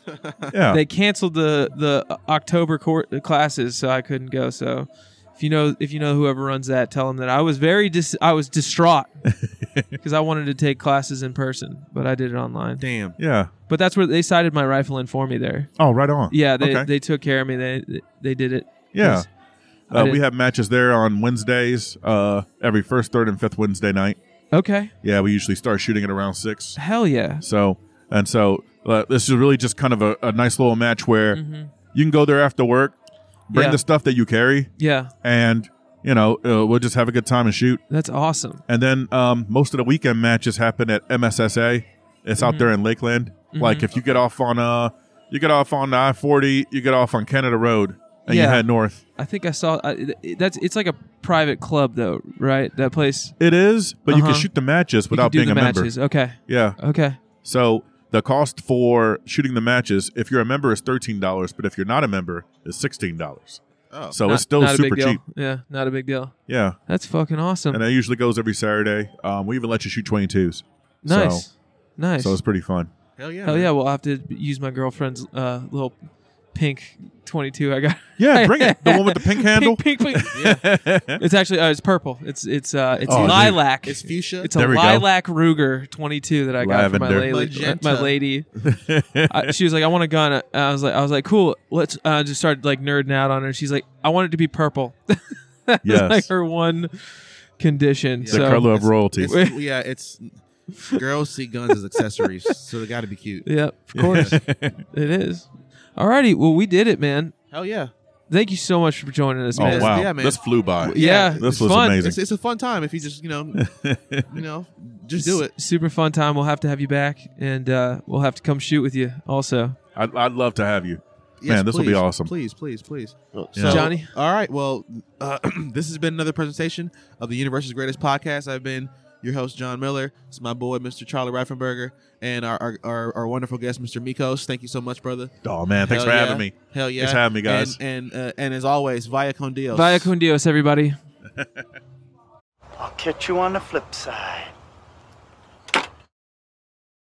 Speaker 8: Yeah.
Speaker 6: They canceled the the October cour classes, so I couldn't go. So if you know if you know whoever runs that, tell them that I was very dis- I was distraught because I wanted to take classes in person, but I did it online.
Speaker 7: Damn.
Speaker 8: yeah.
Speaker 6: But that's where they sighted my rifle in for me there.
Speaker 8: Oh, right on.
Speaker 6: Yeah, they,
Speaker 8: Okay.
Speaker 6: they took care of me. They they did it.
Speaker 8: yeah.
Speaker 6: 'Cause I
Speaker 8: Uh,
Speaker 6: did-
Speaker 8: we have matches there on Wednesdays, uh, every first, third, and fifth Wednesday night.
Speaker 6: Okay.
Speaker 8: Yeah, we usually start shooting at around six.
Speaker 6: Hell yeah.
Speaker 8: So and so uh, this is really just kind of a, a nice little match where you can go there after work, bring
Speaker 6: Mm-hmm. Yeah.
Speaker 8: the stuff that you carry,
Speaker 6: Yeah.
Speaker 8: and you know uh, we'll just have a good time and shoot.
Speaker 6: That's awesome.
Speaker 8: And then um, most of the weekend matches happen at MSSA. It's out
Speaker 6: Mm-hmm.
Speaker 8: there in Lakeland. Like if you get off on uh, you get off on I forty, you get off on Canada Road, and you
Speaker 6: Yeah.
Speaker 8: head north.
Speaker 6: I think I saw I, it- that's it's like a private club though, right? That place
Speaker 8: It is, but you
Speaker 6: Uh-huh.
Speaker 8: can shoot the matches
Speaker 6: You
Speaker 8: without
Speaker 6: can do
Speaker 8: being a
Speaker 6: the
Speaker 8: member.
Speaker 6: matches. Okay.
Speaker 8: Yeah.
Speaker 6: Okay.
Speaker 8: So the cost for shooting the matches, if you're a member, is thirteen dollars. But if you're not a member, it's sixteen dollars.
Speaker 7: Oh.
Speaker 8: So
Speaker 6: not,
Speaker 8: it's still
Speaker 6: not a
Speaker 8: super
Speaker 6: big deal.
Speaker 8: cheap.
Speaker 6: Yeah, not a big deal.
Speaker 8: Yeah.
Speaker 6: That's fucking awesome.
Speaker 8: And that usually goes every Saturday. Um, we even let you shoot twenty twos.
Speaker 6: nice.
Speaker 8: So,
Speaker 6: nice.
Speaker 8: so it's pretty fun.
Speaker 7: Hell yeah.
Speaker 6: Hell
Speaker 7: man.
Speaker 6: yeah, well, I'll have to use my girlfriend's uh, little pink 22 I got.
Speaker 8: Yeah, bring it. The one with the pink handle.
Speaker 6: Pink, pink, pink. Yeah. it's actually uh, it's purple. It's it's uh it's
Speaker 8: Oh, dude.
Speaker 6: lilac.
Speaker 7: It's fuchsia.
Speaker 6: It's a
Speaker 8: There we go.
Speaker 6: lilac Ruger 22 that I got for my
Speaker 8: Lavender.
Speaker 6: lady.
Speaker 7: Magenta.
Speaker 6: My lady. I, she was like, "I want a gun." And I was like, "I was like, cool. Let's." Uh, just started like nerding out on her. She's like, "I want it to be purple." That's
Speaker 8: Yes.
Speaker 6: like her one condition.
Speaker 8: the
Speaker 6: so
Speaker 8: color of royalty.
Speaker 7: It's- yeah, it's girls see guns as accessories, so they got to be cute.
Speaker 6: yeah, of course it is. Alrighty, well we did it, man.
Speaker 7: Hell yeah.
Speaker 6: Thank you so much for joining us,
Speaker 8: Oh
Speaker 6: man.
Speaker 8: wow,
Speaker 7: yeah, man.
Speaker 8: this flew by.
Speaker 6: Yeah,
Speaker 8: This
Speaker 6: it's
Speaker 8: was
Speaker 6: fun.
Speaker 8: amazing.
Speaker 7: It's, it's a fun time if you just you know you know just do it.
Speaker 6: S- Super fun time. We'll have to have you back, and uh, we'll have to come shoot with you also.
Speaker 8: I'd, I'd love to have you.
Speaker 7: Yes,
Speaker 8: Man, this will be
Speaker 7: please.
Speaker 8: awesome.
Speaker 7: Please, please, please.
Speaker 8: Yeah.
Speaker 6: Johnny?
Speaker 7: All right. Well, uh, this has been another presentation of the universe's greatest podcast. I've been your host, John Miller. It's my boy, Mr. Charlie Reifenberger, and our, our, our, our wonderful guest, Mr. Mikos. Thank you so much, brother.
Speaker 8: Oh man, thanks
Speaker 7: Hell
Speaker 8: for
Speaker 7: yeah.
Speaker 8: having me.
Speaker 7: Hell yeah.
Speaker 8: Thanks for having me, guys.
Speaker 7: And and, uh, and as always, via con Dios.
Speaker 6: Vaya con Dios, everybody.
Speaker 2: I'll catch you on the flip side.